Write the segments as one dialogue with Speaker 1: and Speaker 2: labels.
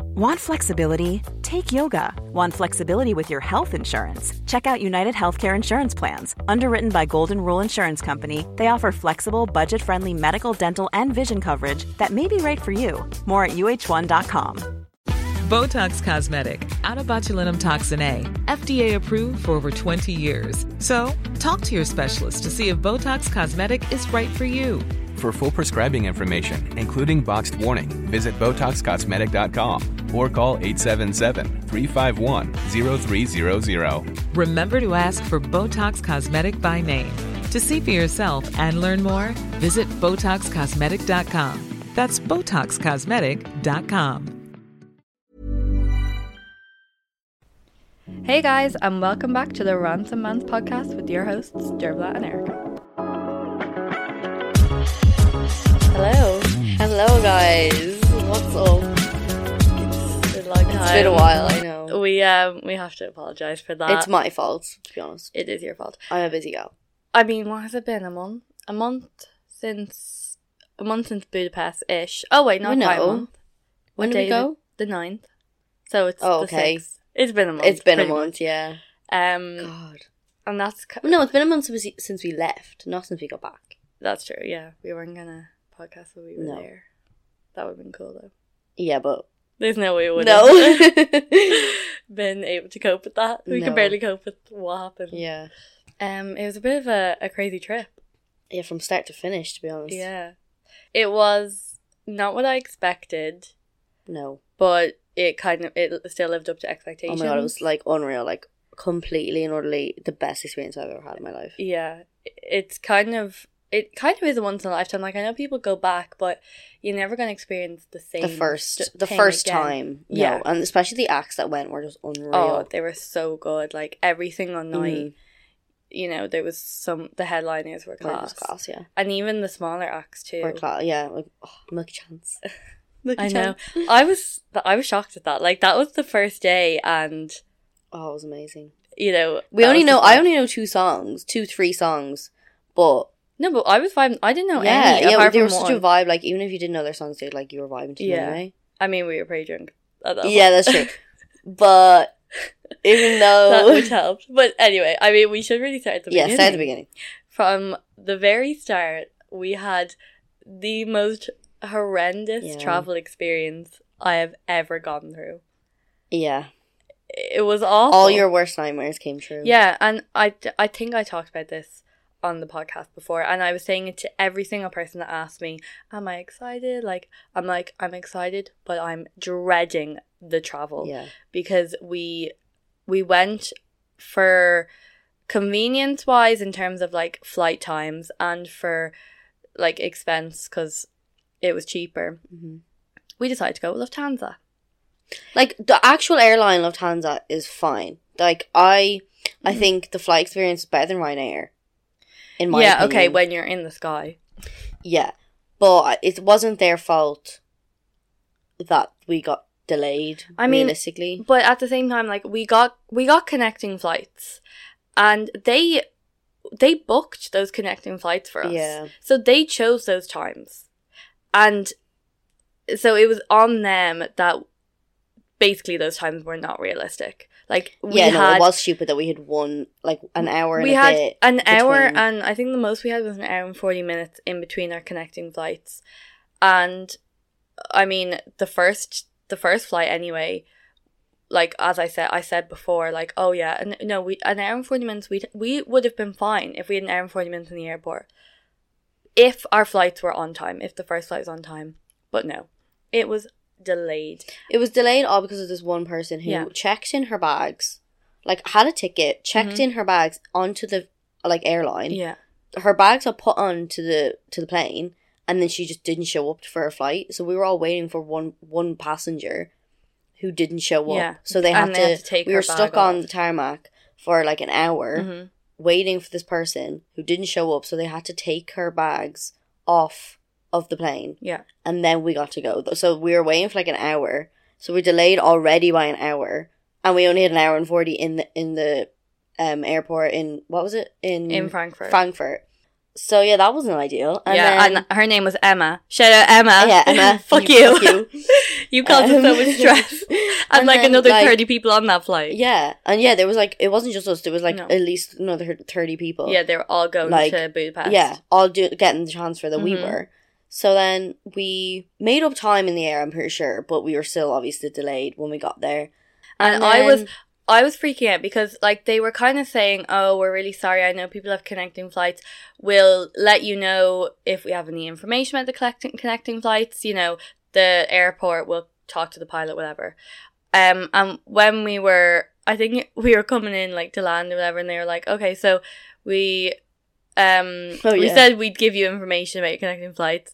Speaker 1: Want flexibility? Take yoga. Want flexibility with your health insurance? Check out United Healthcare Insurance Plans. Underwritten by Golden Rule Insurance Company, they offer flexible, budget friendly medical, dental, and vision coverage that may be right for you. More at uh1.com.
Speaker 2: Botox Cosmetic, out of botulinum toxin A, FDA approved for over 20 years. So, talk to your specialist to see if Botox Cosmetic is right for you.
Speaker 3: For full prescribing information, including boxed warning, visit BotoxCosmetic.com or call 877-351-0300.
Speaker 2: Remember to ask for Botox Cosmetic by name. To see for yourself and learn more, visit BotoxCosmetic.com. That's BotoxCosmetic.com.
Speaker 4: Hey guys, and welcome back to the Ransom Man's podcast with your hosts, Derbla and Erica. Hello.
Speaker 5: Hello, guys. What's up?
Speaker 4: It's been a long time.
Speaker 5: It's been a while, I know.
Speaker 4: We um we have to apologize for that.
Speaker 5: It's my fault, to be honest.
Speaker 4: it is your fault.
Speaker 5: I'm a busy gal.
Speaker 4: I mean, what has it been? A month? A month since a month since Budapest ish. Oh wait, not
Speaker 5: No.
Speaker 4: quite a month.
Speaker 5: When
Speaker 4: What
Speaker 5: did we
Speaker 4: day is
Speaker 5: go?
Speaker 4: it? The ninth. So it's
Speaker 5: Oh,
Speaker 4: the
Speaker 5: okay.
Speaker 4: sixth. It's been a month.
Speaker 5: It's been a
Speaker 4: pretty
Speaker 5: month, Mm. yeah.
Speaker 4: much. Um
Speaker 5: God.
Speaker 4: and that's ki-
Speaker 5: No, it's been a month since we, since we left, not since we got back.
Speaker 4: that's true, yeah. We weren't gonna podcast while we were
Speaker 5: No.
Speaker 4: there. That would have been cool though.
Speaker 5: Yeah, but
Speaker 4: There's no way we would
Speaker 5: no.
Speaker 4: have been able to cope with that. We
Speaker 5: No.
Speaker 4: could barely cope with what happened.
Speaker 5: yeah,
Speaker 4: Um, it was a bit of a, a crazy trip.
Speaker 5: yeah, from start to finish, to be honest.
Speaker 4: Yeah. It was not what I expected,
Speaker 5: No.
Speaker 4: but it kind of it still lived up to
Speaker 5: Oh
Speaker 4: expectations.
Speaker 5: my god, it was like unreal, like completely and utterly the best experience I've ever had in my life.
Speaker 4: Yeah. It- It's kind of it kind of is a once in a lifetime. Like I know people go back, but you're never gonna experience the same
Speaker 5: The first,
Speaker 4: st-
Speaker 5: the
Speaker 4: thing
Speaker 5: first
Speaker 4: again.
Speaker 5: time, no.
Speaker 4: Yeah.
Speaker 5: and especially the acts that went were just unreal.
Speaker 4: Oh, they were so good. Like every single night,
Speaker 5: Mhm.
Speaker 4: you know, there was some the headliners were
Speaker 5: Mine
Speaker 4: class.
Speaker 5: was class, yeah,
Speaker 4: And even the smaller acts too.
Speaker 5: Or class, yeah, like, oh, milk chance. Milky
Speaker 4: I know.
Speaker 5: Chance.
Speaker 4: I was I was shocked at that. Like that was the first day, and
Speaker 5: Oh, it was amazing.
Speaker 4: you know
Speaker 5: We
Speaker 4: that
Speaker 5: only
Speaker 4: was the
Speaker 5: know I
Speaker 4: first-
Speaker 5: only know two songs, two three songs, but
Speaker 4: no, but I was fine. I didn't know
Speaker 5: yeah,
Speaker 4: Oh, any.
Speaker 5: yeah,
Speaker 4: apart
Speaker 5: they were
Speaker 4: from
Speaker 5: such a
Speaker 4: one.
Speaker 5: vibe. Like even if you didn't know their songs, they like you were vibing to them
Speaker 4: Yeah.
Speaker 5: anyway.
Speaker 4: I mean, we were pretty drunk. at that
Speaker 5: Yeah,
Speaker 4: point.
Speaker 5: that's true. But even
Speaker 4: that
Speaker 5: though
Speaker 4: would help. But anyway, I mean, we should really start at the
Speaker 5: yeah,
Speaker 4: beginning.
Speaker 5: start at the beginning.
Speaker 4: From the very start, we had the most horrendous
Speaker 5: Yeah.
Speaker 4: travel experience I have ever gone through.
Speaker 5: Yeah,
Speaker 4: It was awful.
Speaker 5: all your worst nightmares came true.
Speaker 4: Yeah, and I, I think I talked about this on the podcast before, and I was saying it to every single person that asked me, Am I excited? Like, I'm like, I'm excited, but I'm dreading the travel
Speaker 5: yeah,
Speaker 4: because we we went for convenience wise in terms of like flight times and for like expense because it was cheaper.
Speaker 5: Mhm.
Speaker 4: We decided to go with Lufthansa.
Speaker 5: like the actual airline Lufthansa is fine. Like I,
Speaker 4: Mm-hmm.
Speaker 5: I think the flight experience is better than Ryanair. In my
Speaker 4: yeah, okay,
Speaker 5: opinion.
Speaker 4: when you're in the sky.
Speaker 5: yeah, but I- it wasn't their fault that we got delayed.
Speaker 4: I mean,
Speaker 5: realistically,
Speaker 4: but at the same time like we got we got connecting flights and they they booked those connecting flights for us
Speaker 5: Yeah.
Speaker 4: so they chose those times and so it was on them that basically those times were not realistic like we
Speaker 5: yeah,
Speaker 4: had
Speaker 5: no, it was stupid that we had won like an hour.
Speaker 4: we
Speaker 5: and a
Speaker 4: had
Speaker 5: bit
Speaker 4: an hour
Speaker 5: between.
Speaker 4: and i think the most we had was an hour and 40 minutes in between our connecting flights and i mean the first the first flight anyway like as i said i said before like oh yeah and no we an hour and 40 minutes we we would have been fine if we had an hour and 40 minutes in the airport if our flights were on time if the first flight was on time but no it was delayed
Speaker 5: it was delayed all because of this one person who
Speaker 4: Yeah.
Speaker 5: checked in her bags, like had a ticket, checked
Speaker 4: Mm-hmm.
Speaker 5: in her bags onto the like airline.
Speaker 4: yeah
Speaker 5: Her bags are put on to the to the plane, and then she just didn't show up for her flight. So we were all waiting for one one passenger who didn't show up.
Speaker 4: Yeah.
Speaker 5: So they had,
Speaker 4: And
Speaker 5: to,
Speaker 4: they had to take
Speaker 5: We
Speaker 4: her
Speaker 5: were
Speaker 4: bag
Speaker 5: stuck on
Speaker 4: off.
Speaker 5: the tarmac for like an hour
Speaker 4: hmm
Speaker 5: waiting for this person who didn't show up. So they had to take her bags off of the plane
Speaker 4: yeah
Speaker 5: and then we got to go. So we were waiting for like an hour. So we are delayed already by an hour, and we only had an hour and forty in the in the um airport in what was it in
Speaker 4: In Frankfurt.
Speaker 5: Frankfurt, So yeah, that wasn't ideal. And
Speaker 4: yeah,
Speaker 5: then,
Speaker 4: and her name was Emma. Shout out Emma.
Speaker 5: yeah, Emma,
Speaker 4: fuck you.
Speaker 5: fuck you.
Speaker 4: You caused us so
Speaker 5: Um,
Speaker 4: much stress. And,
Speaker 5: and
Speaker 4: like
Speaker 5: then,
Speaker 4: another
Speaker 5: like-
Speaker 4: 30 people on that flight.
Speaker 5: yeah, and yeah, there was like it wasn't just us. There was like
Speaker 4: No.
Speaker 5: at least another thirty people.
Speaker 4: Yeah, they were all going
Speaker 5: Like,
Speaker 4: to Budapest.
Speaker 5: Yeah, all do getting the transfer that we
Speaker 4: Mhm.
Speaker 5: were. So then we made up time in the air, I'm pretty sure, but we were still obviously delayed when we got there.
Speaker 4: And I was-
Speaker 5: then-
Speaker 4: I was freaking out because like they were kind of saying, "Oh, we're really sorry. I know people have connecting flights. We'll let you know if we have any information about the collecting, connecting flights. You know, the airport will talk to the pilot, whatever." Um, and when we were, I think we were coming in like to land or whatever, and they were like, "Okay, so we, um,
Speaker 5: Oh,
Speaker 4: we
Speaker 5: yeah.
Speaker 4: said we'd give you information about your connecting flights.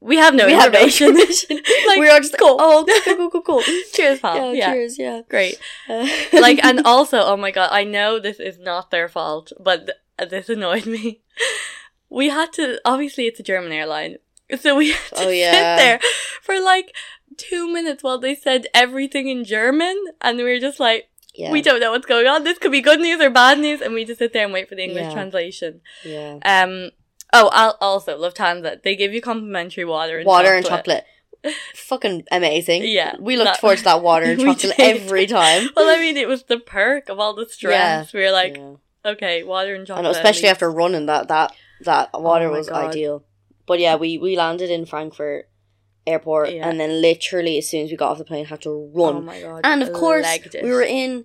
Speaker 4: We have no
Speaker 5: we had no
Speaker 4: information.
Speaker 5: information.
Speaker 4: Like,
Speaker 5: we were all just
Speaker 4: cool.
Speaker 5: oh, cool, cool, cool, cool.
Speaker 4: cheers, pal.
Speaker 5: yeah,
Speaker 4: yeah.
Speaker 5: oh, cheers, yeah.
Speaker 4: great."
Speaker 5: Uh,
Speaker 4: like and also oh my god i know this is not their fault but th- uh, this annoyed me we had to obviously it's a german airline so we had to
Speaker 5: Oh, yeah.
Speaker 4: sit there for like two minutes while they said everything in german and we were just like
Speaker 5: yeah,
Speaker 4: we don't know what's going on this could be good news or bad news and we just sit there and wait for the english
Speaker 5: Yeah.
Speaker 4: translation
Speaker 5: yeah.
Speaker 4: um oh I'll also lufthansa they give you complimentary water and
Speaker 5: Water and
Speaker 4: chocolate.
Speaker 5: chocolate. Fucking amazing.
Speaker 4: Yeah,
Speaker 5: We looked
Speaker 4: that-
Speaker 5: forward to that water and
Speaker 4: We
Speaker 5: chocolate
Speaker 4: did.
Speaker 5: every time.
Speaker 4: well i mean it was the perk of all the stress we were like
Speaker 5: Yeah.
Speaker 4: okay water and
Speaker 5: and
Speaker 4: chocolate at
Speaker 5: especially
Speaker 4: least.
Speaker 5: after running that that that water
Speaker 4: Oh my
Speaker 5: was
Speaker 4: God.
Speaker 5: ideal but yeah we we landed in frankfurt airport
Speaker 4: Yeah.
Speaker 5: and then literally as soon as we got off the plane had to
Speaker 4: Oh
Speaker 5: run
Speaker 4: my god.
Speaker 5: and of course
Speaker 4: legged it.
Speaker 5: we were in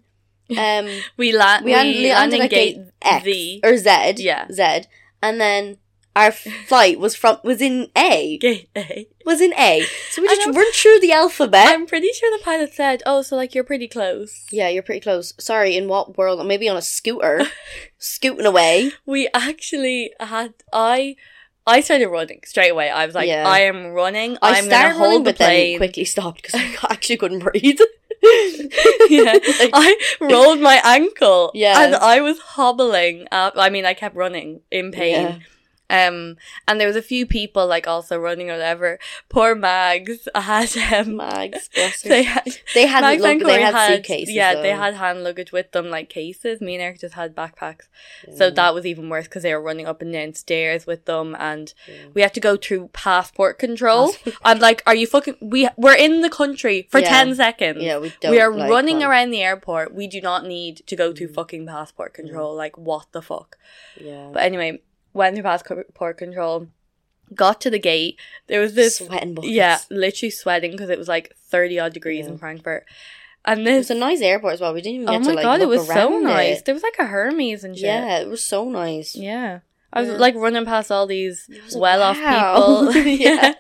Speaker 5: um we,
Speaker 4: we, la- we,
Speaker 5: we landed,
Speaker 4: landed
Speaker 5: at
Speaker 4: in gate
Speaker 5: gate x
Speaker 4: Z.
Speaker 5: or z
Speaker 4: Yeah.
Speaker 5: z and then our flight was from was in a
Speaker 4: gate A.
Speaker 5: was in a so we
Speaker 4: I
Speaker 5: just
Speaker 4: know.
Speaker 5: run through the alphabet
Speaker 4: I'm pretty sure the pilot said, "Oh, so like you're pretty close."
Speaker 5: yeah, you're pretty close. Sorry, in what world? Maybe on a scooter, scooting away.
Speaker 4: We actually had I I started running straight away. I was like,
Speaker 5: Yeah.
Speaker 4: "I am running.
Speaker 5: I
Speaker 4: am going
Speaker 5: started
Speaker 4: to hold
Speaker 5: running,
Speaker 4: the
Speaker 5: but then
Speaker 4: plane."
Speaker 5: quickly stopped because I actually couldn't breathe.
Speaker 4: yeah, I rolled my ankle.
Speaker 5: Yeah.
Speaker 4: and I was hobbling. Up. I mean, I kept running in pain.
Speaker 5: Yeah.
Speaker 4: Um, and there was a few people like also running or whatever. Poor Mags had um,
Speaker 5: Mags, bless her.
Speaker 4: They had
Speaker 5: They had
Speaker 4: Mags
Speaker 5: lug-
Speaker 4: and
Speaker 5: they
Speaker 4: Corey
Speaker 5: had suitcases,
Speaker 4: Yeah, they
Speaker 5: though.
Speaker 4: had hand luggage with them, like cases. Me and Eric just had backpacks,
Speaker 5: Mm.
Speaker 4: so that was even worse because they were running up and down stairs with them, and
Speaker 5: Mm.
Speaker 4: we had to go through passport control. I'm like, "Are you fucking? We we're in the country for
Speaker 5: Yeah.
Speaker 4: ten seconds.
Speaker 5: Yeah, we don't.
Speaker 4: we are
Speaker 5: like Mm.
Speaker 4: running
Speaker 5: lunch.
Speaker 4: around the airport. We do not need to go through fucking passport control. Like, what the fuck?
Speaker 5: Yeah,
Speaker 4: But anyway, went through passport control, got to the gate. There was this
Speaker 5: sweating buckets.
Speaker 4: yeah, literally sweating because it was like 30 odd degrees in Frankfurt. And
Speaker 5: it
Speaker 4: this,
Speaker 5: was a nice airport as well. We didn't even
Speaker 4: oh
Speaker 5: get
Speaker 4: my
Speaker 5: to like
Speaker 4: god, it
Speaker 5: look
Speaker 4: was so
Speaker 5: around
Speaker 4: nice.
Speaker 5: it.
Speaker 4: There was like a Hermes and shit.
Speaker 5: Yeah, it was so nice.
Speaker 4: Yeah. I was
Speaker 5: Yeah.
Speaker 4: like running past all these
Speaker 5: I was like,
Speaker 4: well off
Speaker 5: wow.
Speaker 4: people.
Speaker 5: yeah,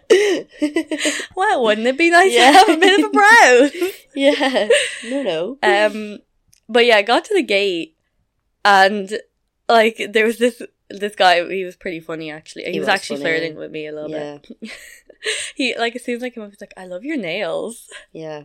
Speaker 4: Well, wouldn't it be nice to
Speaker 5: Yeah.
Speaker 4: have a bit of a browse?
Speaker 5: yeah. No, no.
Speaker 4: um but yeah i got to the gate and like there was this this guy he was pretty funny actually he,
Speaker 5: He
Speaker 4: was,
Speaker 5: was
Speaker 4: actually
Speaker 5: funny.
Speaker 4: flirting with me a little
Speaker 5: yeah,
Speaker 4: bit he like as soon as i came up he's like i love your nails
Speaker 5: yeah.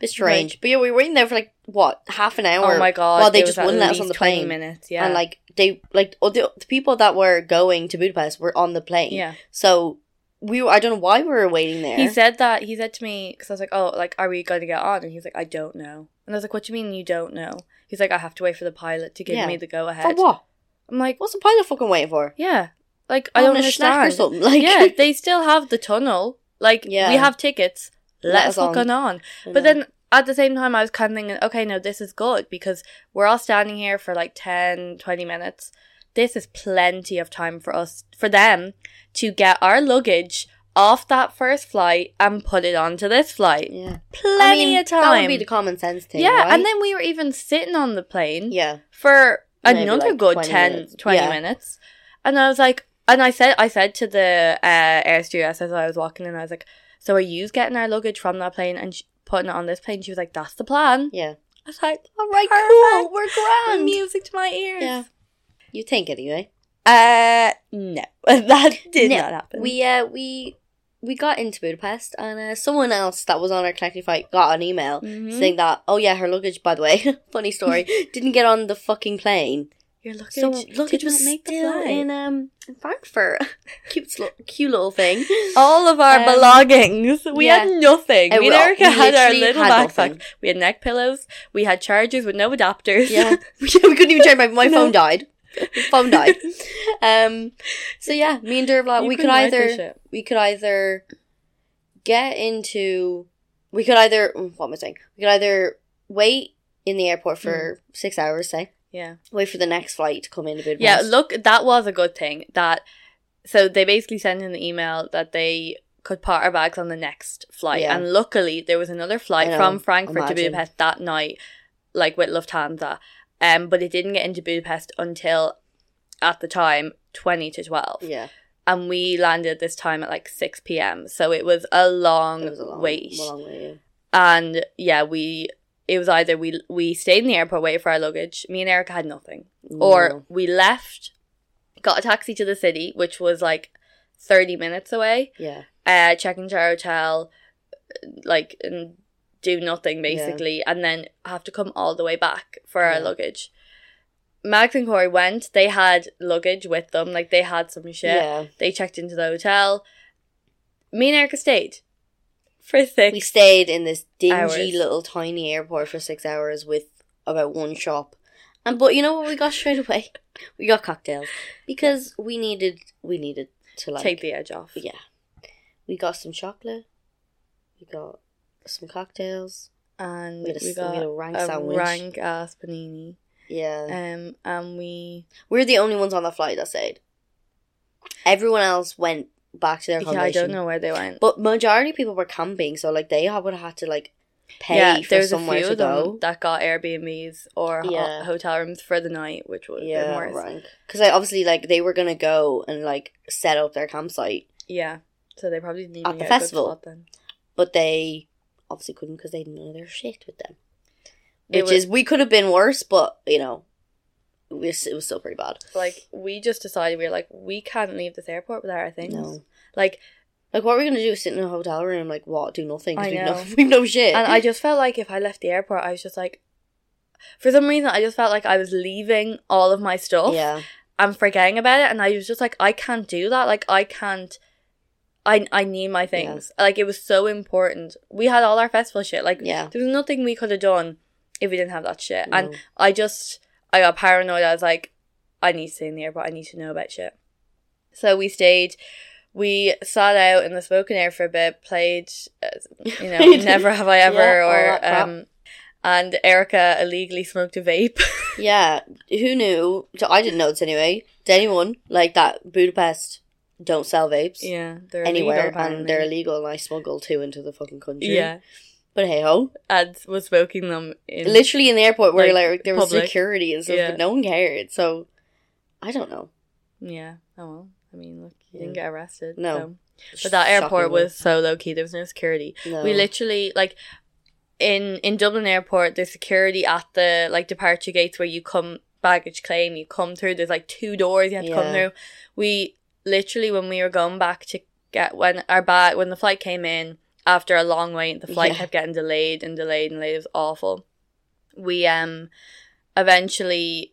Speaker 5: Bit strange, but yeah, we were waiting there for like what half an hour.
Speaker 4: oh my god
Speaker 5: Well, they
Speaker 4: it was
Speaker 5: just
Speaker 4: at
Speaker 5: wouldn't let us
Speaker 4: least
Speaker 5: on the
Speaker 4: 20
Speaker 5: plane.
Speaker 4: minutes yeah
Speaker 5: And like they like all the, the people that were going to Budapest were on the plane.
Speaker 4: yeah
Speaker 5: So we were, I don't know why we were waiting there.
Speaker 4: he said that he said to me because i was like oh like are we going to get on and he's like i don't know and i was like what do you mean you don't know he's like i have to wait for the pilot to give
Speaker 5: Yeah.
Speaker 4: me the go ahead
Speaker 5: for what?
Speaker 4: i'm like
Speaker 5: What's the pilot fucking waiting for?
Speaker 4: yeah like i don't
Speaker 5: Having a snack
Speaker 4: understand
Speaker 5: or something. Like
Speaker 4: yeah, they still have the tunnel. Like
Speaker 5: Yeah.
Speaker 4: we have tickets. Let,
Speaker 5: Let
Speaker 4: us
Speaker 5: us on.
Speaker 4: fucking on. But
Speaker 5: I know.
Speaker 4: then at the same time I was kind of thinking, okay, no, this is good because we're all standing here for like 10, 20 minutes. This is plenty of time for us for them to get our luggage off that first flight and put it onto this flight.
Speaker 5: yeah,
Speaker 4: Plenty
Speaker 5: I mean,
Speaker 4: of time.
Speaker 5: That would be the common sense thing.
Speaker 4: yeah,
Speaker 5: right?
Speaker 4: and then we were even sitting on the plane
Speaker 5: yeah,
Speaker 4: for
Speaker 5: Maybe
Speaker 4: another
Speaker 5: like
Speaker 4: good
Speaker 5: 20
Speaker 4: 10
Speaker 5: minutes.
Speaker 4: 20
Speaker 5: Yeah.
Speaker 4: minutes and i was like and i said i said to the uh, air stewardess as i was walking in i was like so are you getting our luggage from that plane and sh- putting it on this plane she was like that's the plan
Speaker 5: yeah.
Speaker 4: i was like
Speaker 5: All right,
Speaker 4: Perfect.
Speaker 5: cool. We're grand.
Speaker 4: music to my ears
Speaker 5: Yeah. You think anyway?
Speaker 4: uh no that did
Speaker 5: No,
Speaker 4: not happen
Speaker 5: We uh we we got into Budapest, and uh, someone else that was on our collective flight got an email
Speaker 4: Mhm.
Speaker 5: saying that oh yeah, her luggage. By the way, funny story, didn't get on the fucking plane.
Speaker 4: your luggage
Speaker 5: So luggage
Speaker 4: did
Speaker 5: was
Speaker 4: not make the
Speaker 5: still
Speaker 4: flight.
Speaker 5: in um in Frankfurt. cute, sl- cute little thing.
Speaker 4: all of our
Speaker 5: Um,
Speaker 4: belongings. We
Speaker 5: yeah.
Speaker 4: had nothing.
Speaker 5: Uh,
Speaker 4: Me and
Speaker 5: we all-
Speaker 4: Erica
Speaker 5: we
Speaker 4: had our
Speaker 5: literally
Speaker 4: little
Speaker 5: had
Speaker 4: backpack.
Speaker 5: nothing.
Speaker 4: We had neck pillows. We had chargers with no adapters.
Speaker 5: Yeah, we couldn't even charge my my
Speaker 4: No.
Speaker 5: phone died. phone died. Um, so yeah, me and Dervla,
Speaker 4: You
Speaker 5: we could
Speaker 4: couldn't write this
Speaker 5: either
Speaker 4: shit.
Speaker 5: we could either get into we could either what am I saying? We could either wait in the airport for
Speaker 4: Mm.
Speaker 5: six hours, say
Speaker 4: yeah.
Speaker 5: wait for the next flight to come in a bit.
Speaker 4: Yeah, look, that was a good thing. That so they basically sent in the email that they could park our bags on the next flight,
Speaker 5: Yeah.
Speaker 4: and luckily there was another flight
Speaker 5: I
Speaker 4: from
Speaker 5: know,
Speaker 4: Frankfurt
Speaker 5: imagine.
Speaker 4: to Budapest that night, like with Lufthansa. Um, but it didn't get into Budapest until at the time twenty to twelve,
Speaker 5: yeah,
Speaker 4: and we landed this time at like six p.m. So it was a long,
Speaker 5: it was a long
Speaker 4: wait,
Speaker 5: Long wait.
Speaker 4: and yeah, we. It was either we we stayed in the airport waiting for our luggage. Me and Erica had nothing
Speaker 5: yeah.
Speaker 4: or we left, got a taxi to the city, which was like 30 minutes away,
Speaker 5: yeah,
Speaker 4: uh, check into our hotel, like, and do nothing basically, and then have to come all the way back for our
Speaker 5: Yeah.
Speaker 4: luggage. Max and Corey went, they had luggage with them, like, they had some shit.
Speaker 5: yeah.
Speaker 4: They checked into the hotel. Me and Erica stayed for six.
Speaker 5: We stayed in this dingy
Speaker 4: Hours.
Speaker 5: little tiny airport for six hours with about one shop. And but you know what we got straight away? We got cocktails because we needed we needed to like
Speaker 4: Take the edge off.
Speaker 5: yeah. We got some chocolate. We got some cocktails.
Speaker 4: And
Speaker 5: We had a-
Speaker 4: we
Speaker 5: we
Speaker 4: got
Speaker 5: had a
Speaker 4: a
Speaker 5: rank
Speaker 4: rank,
Speaker 5: sandwich.
Speaker 4: ass panini.
Speaker 5: Yeah,
Speaker 4: Um, and we
Speaker 5: we're the only ones on that flight that stayed. Everyone else went back to their
Speaker 4: Yeah, I
Speaker 5: accommodation.
Speaker 4: don't know where they went.
Speaker 5: But majority of people were camping, so like they would have had to like pay
Speaker 4: yeah,
Speaker 5: for
Speaker 4: there's a
Speaker 5: somewhere
Speaker 4: few
Speaker 5: to
Speaker 4: of them
Speaker 5: go.
Speaker 4: that got Airbnbs or ho-
Speaker 5: Yeah.
Speaker 4: hotel rooms for the night, which would have been worse.
Speaker 5: Because like, obviously, like they were gonna go and like set up their campsite,
Speaker 4: Yeah, so they probably didn't
Speaker 5: At
Speaker 4: even
Speaker 5: the
Speaker 4: get a good
Speaker 5: festival.
Speaker 4: spot then.
Speaker 5: but they obviously couldn't because they didn't know their shit with them.
Speaker 4: It
Speaker 5: Which
Speaker 4: was-
Speaker 5: is we could have been worse, but you know, it was, it was still pretty bad.
Speaker 4: Like we just decided we were like we can't leave this airport without our things.
Speaker 5: No.
Speaker 4: Like,
Speaker 5: Like, what are we gonna do? Sit in a hotel room, like what? Do nothing? 'cause
Speaker 4: I
Speaker 5: we've
Speaker 4: know.
Speaker 5: no we've no shit.
Speaker 4: and I just felt like if I left the airport, I was just like, for some reason, I just felt like I was leaving all of my stuff
Speaker 5: yeah,
Speaker 4: and forgetting about it, and I was just like, I can't do that. Like, I can't. I, I need my things. Like it was so important. We had all our festival shit. Like
Speaker 5: yeah.
Speaker 4: There was nothing we could have done if we didn't have that shit. And
Speaker 5: No.
Speaker 4: I just, I got paranoid. I was like, I need to stay in the airport. I need to know about shit. So we stayed. We sat out in the smoking air for a bit, played, uh, you know, Never Have I Ever,
Speaker 5: Yeah, all that
Speaker 4: or,
Speaker 5: crap.
Speaker 4: um, and Erica illegally smoked a vape.
Speaker 5: yeah. Who knew? So I didn't know this anyway. Did anyone like that? Budapest don't sell vapes
Speaker 4: yeah. They're
Speaker 5: anywhere,
Speaker 4: illegal,
Speaker 5: and they're
Speaker 4: apparently.
Speaker 5: illegal. And I smuggled two into the fucking country.
Speaker 4: Yeah.
Speaker 5: but hey ho.
Speaker 4: And was smoking them in.
Speaker 5: literally in the airport where
Speaker 4: like,
Speaker 5: like, there was
Speaker 4: public.
Speaker 5: security and stuff,
Speaker 4: Yeah.
Speaker 5: but no one cared. So I don't know.
Speaker 4: Yeah. Oh, well. I mean, look, you didn't
Speaker 5: Yeah.
Speaker 4: get arrested.
Speaker 5: No.
Speaker 4: so. But that airport was so low key. There was no security.
Speaker 5: No.
Speaker 4: We literally like in in Dublin airport. There's security at the like departure gates where you come baggage claim. You come through. There's like two doors you have to come
Speaker 5: Yeah.
Speaker 4: through. We literally when we were going back to get when our bag when the flight came in after a long wait, the flight
Speaker 5: Yeah.
Speaker 4: kept getting delayed and delayed and delayed. It was awful. We um eventually.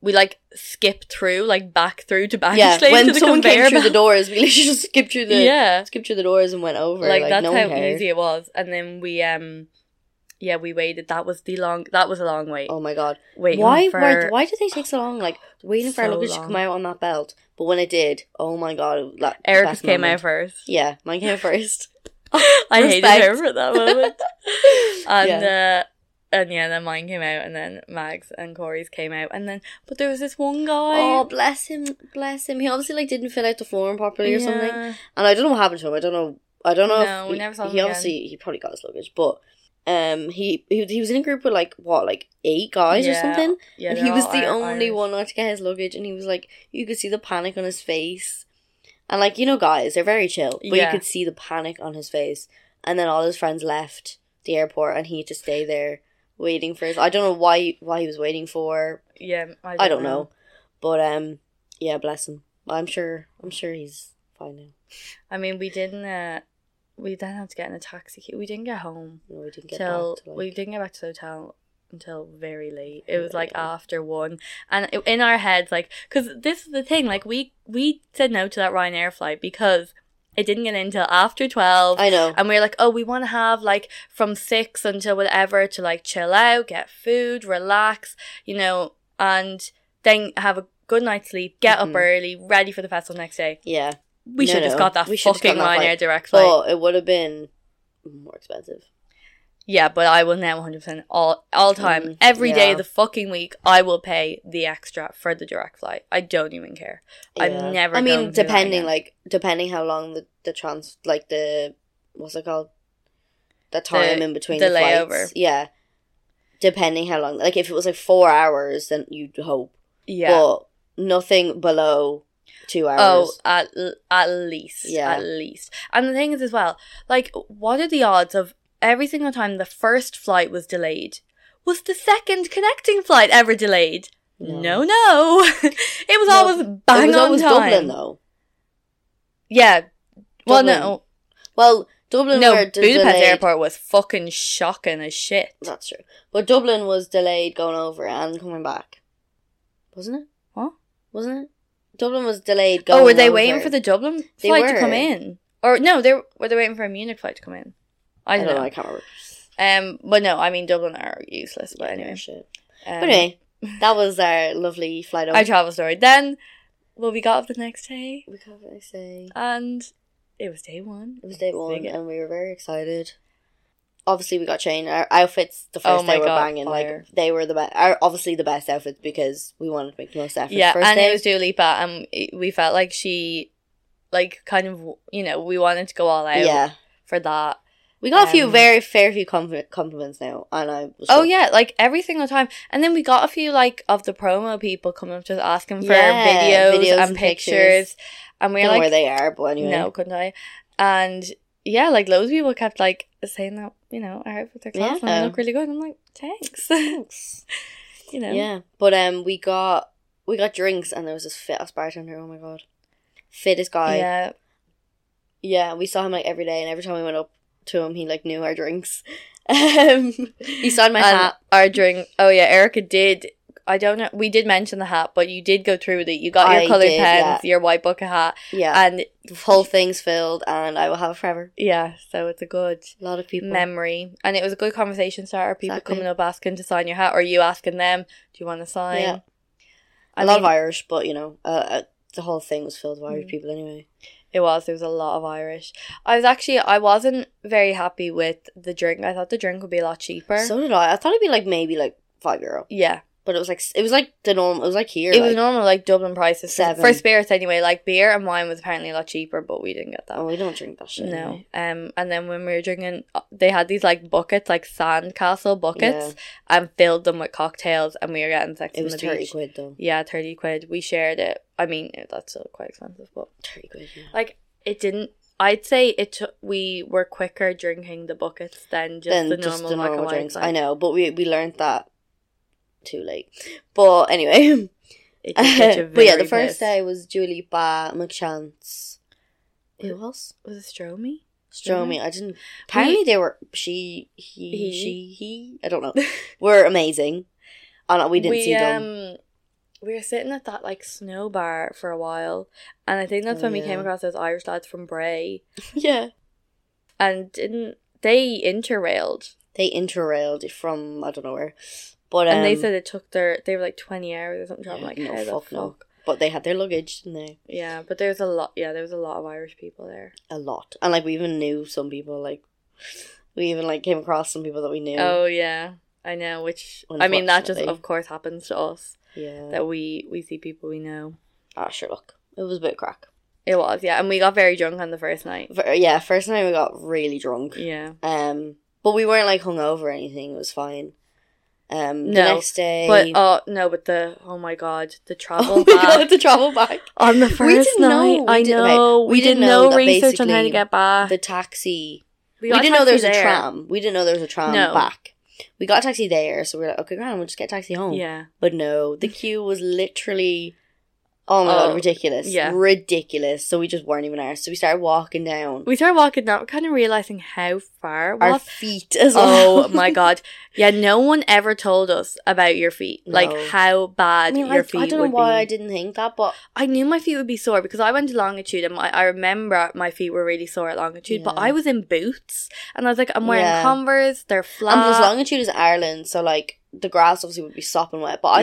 Speaker 4: We like skipped through, like back through to baggage
Speaker 5: yeah.
Speaker 4: claim
Speaker 5: When
Speaker 4: to the
Speaker 5: someone came
Speaker 4: conveyor
Speaker 5: through the
Speaker 4: belt.
Speaker 5: doors, we literally just skipped through the
Speaker 4: Yeah,
Speaker 5: skipped through the doors and went over.
Speaker 4: like,
Speaker 5: Like,
Speaker 4: that's
Speaker 5: no
Speaker 4: how
Speaker 5: one cared.
Speaker 4: easy it was and then we um yeah we waited that was the long that was a long wait
Speaker 5: Oh my god!
Speaker 4: waiting
Speaker 5: why?
Speaker 4: for,
Speaker 5: why? Why did they take so long? Like waiting for our
Speaker 4: So
Speaker 5: luggage to
Speaker 4: long.
Speaker 5: come out on that belt. But when it did, oh my god! That
Speaker 4: erica's
Speaker 5: best
Speaker 4: came out
Speaker 5: moment.
Speaker 4: first
Speaker 5: Yeah, mine came out first.
Speaker 4: i hated her
Speaker 5: Respect.
Speaker 4: for that moment and
Speaker 5: Yeah.
Speaker 4: uh and yeah, then mine came out, and then Mags and Corey's came out, and then but there was this one guy.
Speaker 5: Oh bless him, bless him. He obviously like didn't fill out the form properly or something.
Speaker 4: Yeah.
Speaker 5: And I don't know what happened to him. I don't know. I don't know.
Speaker 4: No,
Speaker 5: if
Speaker 4: we
Speaker 5: he,
Speaker 4: never saw him
Speaker 5: He
Speaker 4: again.
Speaker 5: obviously he probably got his luggage, but um, he he, he was in a group with like what like eight guys or
Speaker 4: Yeah.
Speaker 5: something,
Speaker 4: Yeah,
Speaker 5: and
Speaker 4: they're
Speaker 5: he was
Speaker 4: all
Speaker 5: the
Speaker 4: Ir-
Speaker 5: only
Speaker 4: Irish.
Speaker 5: one not to get his luggage, and he was like you could see the panic on his face, and like you know guys they're very chill, but
Speaker 4: Yeah.
Speaker 5: you could see the panic on his face, and then all his friends left the airport, and he had to stay there waiting for his. I don't know why why he was waiting for.
Speaker 4: Yeah, I don't,
Speaker 5: I don't know, but um, yeah, bless him. I'm sure. I'm sure he's fine now.
Speaker 4: I mean, we didn't. Uh, we then had to get in a taxi. We didn't get home.
Speaker 5: No, we didn't get
Speaker 4: till
Speaker 5: back to, like-
Speaker 4: we didn't get back to the hotel until very late it was like
Speaker 5: Very late.
Speaker 4: after one and it- in our heads like because this is the thing like we we said no to that ryanair flight because it didn't get in until after 12
Speaker 5: I know.
Speaker 4: and we were like oh we want to have like from six until whatever to like chill out get food relax you know and then have a good night's sleep, get up early, ready for the festival next day.
Speaker 5: Yeah.
Speaker 4: We
Speaker 5: Mm-hmm. No,
Speaker 4: should have
Speaker 5: no.
Speaker 4: got that
Speaker 5: We should've
Speaker 4: fucking
Speaker 5: gotten that
Speaker 4: Ryanair
Speaker 5: flight.
Speaker 4: direct flight.
Speaker 5: But it would have been more expensive.
Speaker 4: Yeah, but I will now 100% all all time.
Speaker 5: Mm,
Speaker 4: every day
Speaker 5: yeah.
Speaker 4: of the fucking week, I will pay the extra for the direct flight. I don't even care. I'm
Speaker 5: Yeah.
Speaker 4: never
Speaker 5: I
Speaker 4: going
Speaker 5: mean,
Speaker 4: to do that
Speaker 5: depending
Speaker 4: again.
Speaker 5: like depending how long the the trans like the what's it called the time in between
Speaker 4: the
Speaker 5: the, flights.
Speaker 4: layover.
Speaker 5: Yeah. Depending how long, like if it was like four hours, then you'd hope.
Speaker 4: Yeah.
Speaker 5: But nothing below two
Speaker 4: oh,
Speaker 5: hours.
Speaker 4: at, l- at least.
Speaker 5: Yeah.
Speaker 4: At least. And the thing is, as well, like, what are the odds of every single time the first flight was delayed? Was the second connecting flight ever delayed? No, no.
Speaker 5: No.
Speaker 4: it was
Speaker 5: No,
Speaker 4: always bang
Speaker 5: it was
Speaker 4: on
Speaker 5: always
Speaker 4: time.
Speaker 5: Dublin though.
Speaker 4: Yeah. Well,
Speaker 5: Dublin.
Speaker 4: no.
Speaker 5: Well, Dublin
Speaker 4: No,
Speaker 5: were
Speaker 4: Budapest
Speaker 5: d- delayed.
Speaker 4: airport was fucking shocking as shit.
Speaker 5: That's true. But Dublin was delayed going over and coming back, wasn't it?
Speaker 4: What?
Speaker 5: Wasn't it? Dublin was delayed going.
Speaker 4: Oh, were they
Speaker 5: over.
Speaker 4: waiting for the Dublin
Speaker 5: They
Speaker 4: flight to come
Speaker 5: were.
Speaker 4: in? Or no, they were, were they waiting for a Munich flight to come in? I
Speaker 5: I
Speaker 4: don't,
Speaker 5: don't know.
Speaker 4: know.
Speaker 5: I can't
Speaker 4: Um,
Speaker 5: remember.
Speaker 4: but no, I mean Dublin are useless. But anyway,
Speaker 5: Shit.
Speaker 4: um,
Speaker 5: But anyway, that was our lovely flight over.
Speaker 4: our travel story. Then, well, we got up the next day,
Speaker 5: we can't really say.
Speaker 4: and it was day one.
Speaker 5: It was day one,
Speaker 4: Uh, Big-
Speaker 5: and we were very excited. Obviously, we got changed. Our outfits, the
Speaker 4: Oh
Speaker 5: first
Speaker 4: my
Speaker 5: day, were
Speaker 4: God,
Speaker 5: banging.
Speaker 4: fire.
Speaker 5: Like they were the best. Are obviously the best outfits because we wanted to make the most effort.
Speaker 4: yeah,
Speaker 5: first
Speaker 4: and
Speaker 5: day.
Speaker 4: it was Dua Lipa, and it- we felt like she, like, kind of, you know, we wanted to go all out
Speaker 5: yeah.
Speaker 4: for that.
Speaker 5: We got a few
Speaker 4: Um,
Speaker 5: very fair few compli- compliments now, and I. Was
Speaker 4: Oh
Speaker 5: shocked.
Speaker 4: yeah, like every single time. And then we got a few like of the promo people coming up to us asking for
Speaker 5: Yeah,
Speaker 4: videos,
Speaker 5: videos
Speaker 4: and,
Speaker 5: and
Speaker 4: pictures.
Speaker 5: pictures.
Speaker 4: And we
Speaker 5: I
Speaker 4: were
Speaker 5: don't know where
Speaker 4: like,
Speaker 5: they eh? are, but anyway.
Speaker 4: no, couldn't I? And yeah, like loads of people kept like saying that you know our outfits are class and
Speaker 5: Yeah.
Speaker 4: they look really good. I'm like, thanks, thanks. you know,
Speaker 5: Yeah, but um, we got we got drinks, and there was this fit ass bartender. Oh my god, fittest guy. Yeah.
Speaker 4: yeah,
Speaker 5: we saw him like every day, and every time we went up to him, he like knew our drinks. um, he signed my
Speaker 4: And
Speaker 5: hat.
Speaker 4: Our drink. Oh yeah, Erica did. I don't know. We did mention the hat, but you did go through with it. You got your
Speaker 5: I
Speaker 4: colored
Speaker 5: did,
Speaker 4: pens,
Speaker 5: yeah.
Speaker 4: your white bucket hat,
Speaker 5: Yeah,
Speaker 4: and
Speaker 5: the whole thing's filled, and I will have it forever.
Speaker 4: yeah. So it's a good.
Speaker 5: A lot of people.
Speaker 4: memory. And it was a good conversation starter. People
Speaker 5: Exactly.
Speaker 4: coming up asking to sign your hat, or you asking them, "Do you want to sign?"
Speaker 5: Yeah.
Speaker 4: I
Speaker 5: a lot
Speaker 4: mean, Mm.
Speaker 5: of Irish, but you know, uh, uh, the whole thing was filled with Irish people anyway.
Speaker 4: It was. There was a lot of Irish. I was actually. I wasn't very happy with the drink. I thought the drink would be a lot cheaper.
Speaker 5: So did I. I thought it'd be like maybe like five euro,
Speaker 4: yeah,
Speaker 5: but it was like s- it was like the norm. It was like here.
Speaker 4: it was
Speaker 5: like-
Speaker 4: normal like Dublin prices for-
Speaker 5: Seven.
Speaker 4: for spirits anyway. Like beer and wine was apparently a lot cheaper, but we didn't get that.
Speaker 5: Oh, we don't drink that shit.
Speaker 4: No.
Speaker 5: anyway.
Speaker 4: Um, and then when we were drinking, uh, they had these like buckets, like sand castle buckets,
Speaker 5: Yeah.
Speaker 4: and filled them with cocktails, and we were getting sex.
Speaker 5: It
Speaker 4: on
Speaker 5: was
Speaker 4: the
Speaker 5: thirty
Speaker 4: beach.
Speaker 5: quid though.
Speaker 4: Yeah, thirty quid. We shared it. I mean, eh, that's still quite expensive, but
Speaker 5: Thirty quid. Yeah.
Speaker 4: like it didn't. I'd say it took. We were quicker drinking the buckets than just
Speaker 5: than
Speaker 4: the normal,
Speaker 5: just the normal
Speaker 4: Michael
Speaker 5: drinks.
Speaker 4: Wine.
Speaker 5: I know, but we we learned that too late. But anyway,
Speaker 4: It did get you
Speaker 5: but yeah,
Speaker 4: very
Speaker 5: the first
Speaker 4: pissed.
Speaker 5: day was Julie Ba McChance. Who else?
Speaker 4: was it Stromy.
Speaker 5: Stromy. I didn't. Apparently, they were she, he,
Speaker 4: Mm-hmm. He.
Speaker 5: she, he. I don't know. Were amazing, and we didn't see them.
Speaker 4: Um, we were sitting at that like snow bar for a while, and I think that's
Speaker 5: Oh,
Speaker 4: when we
Speaker 5: yeah.
Speaker 4: came across those Irish lads from Bray,
Speaker 5: Yeah,
Speaker 4: and didn't they interrailed?
Speaker 5: they interrailed from I don't know where, but um,
Speaker 4: and they said it took their they were like twenty hours or something. I'm
Speaker 5: Yeah,
Speaker 4: like,
Speaker 5: no,
Speaker 4: how the
Speaker 5: fuck no.
Speaker 4: fuck?
Speaker 5: But they had their luggage, didn't they?
Speaker 4: Yeah, but there's a lot. Yeah, there was a lot of Irish people there.
Speaker 5: A lot, and like we even knew some people. Like we even like came across some people that we knew.
Speaker 4: Oh yeah, I know. Which I mean, that just
Speaker 5: Unfortunately.
Speaker 4: of course happens to us
Speaker 5: yeah.
Speaker 4: that we we see people we know.
Speaker 5: Ah, Sherlock. It was a bit crack.
Speaker 4: It was yeah, and we got very drunk on the first night.
Speaker 5: Ver- yeah, first night we got really drunk.
Speaker 4: Yeah,
Speaker 5: Um, but we weren't like hungover or anything. It was fine. Um, the
Speaker 4: No,
Speaker 5: next day,
Speaker 4: but oh no, but the oh my god, the
Speaker 5: oh
Speaker 4: travel
Speaker 5: my
Speaker 4: back
Speaker 5: god, the travel back.
Speaker 4: on the first
Speaker 5: We didn't
Speaker 4: night.
Speaker 5: know. We
Speaker 4: I
Speaker 5: did- okay,
Speaker 4: know
Speaker 5: we
Speaker 4: we, did
Speaker 5: didn't
Speaker 4: no
Speaker 5: know that
Speaker 4: research on how to
Speaker 5: basically
Speaker 4: get back.
Speaker 5: The taxi. We,
Speaker 4: Uh, got a
Speaker 5: didn't know there was
Speaker 4: taxi
Speaker 5: a
Speaker 4: there.
Speaker 5: tram. We didn't know there was a tram
Speaker 4: No.
Speaker 5: back. We got a taxi there, so we were like, okay, grand, we'll just get a taxi home.
Speaker 4: Yeah,
Speaker 5: But no, the queue was literally, oh my
Speaker 4: Oh,
Speaker 5: god, ridiculous.
Speaker 4: yeah.
Speaker 5: Ridiculous. So we just weren't even there. So we started walking down.
Speaker 4: we started walking down, kind of realizing how far it
Speaker 5: Our
Speaker 4: was.
Speaker 5: feet as well.
Speaker 4: Oh my god! Yeah, no one ever told us about your feet, like
Speaker 5: No.
Speaker 4: how bad
Speaker 5: I mean,
Speaker 4: your
Speaker 5: like,
Speaker 4: feet.
Speaker 5: I don't know
Speaker 4: would
Speaker 5: why
Speaker 4: be.
Speaker 5: I didn't think that, but
Speaker 4: I knew my feet would be sore because I went to longitude and my, I remember my feet were really sore at longitude, but
Speaker 5: Yeah.
Speaker 4: I was in boots and I was like, I'm wearing
Speaker 5: Yeah.
Speaker 4: Converse, they're flat.
Speaker 5: and as longitude is Ireland, so like the grass obviously would be sopping wet. But I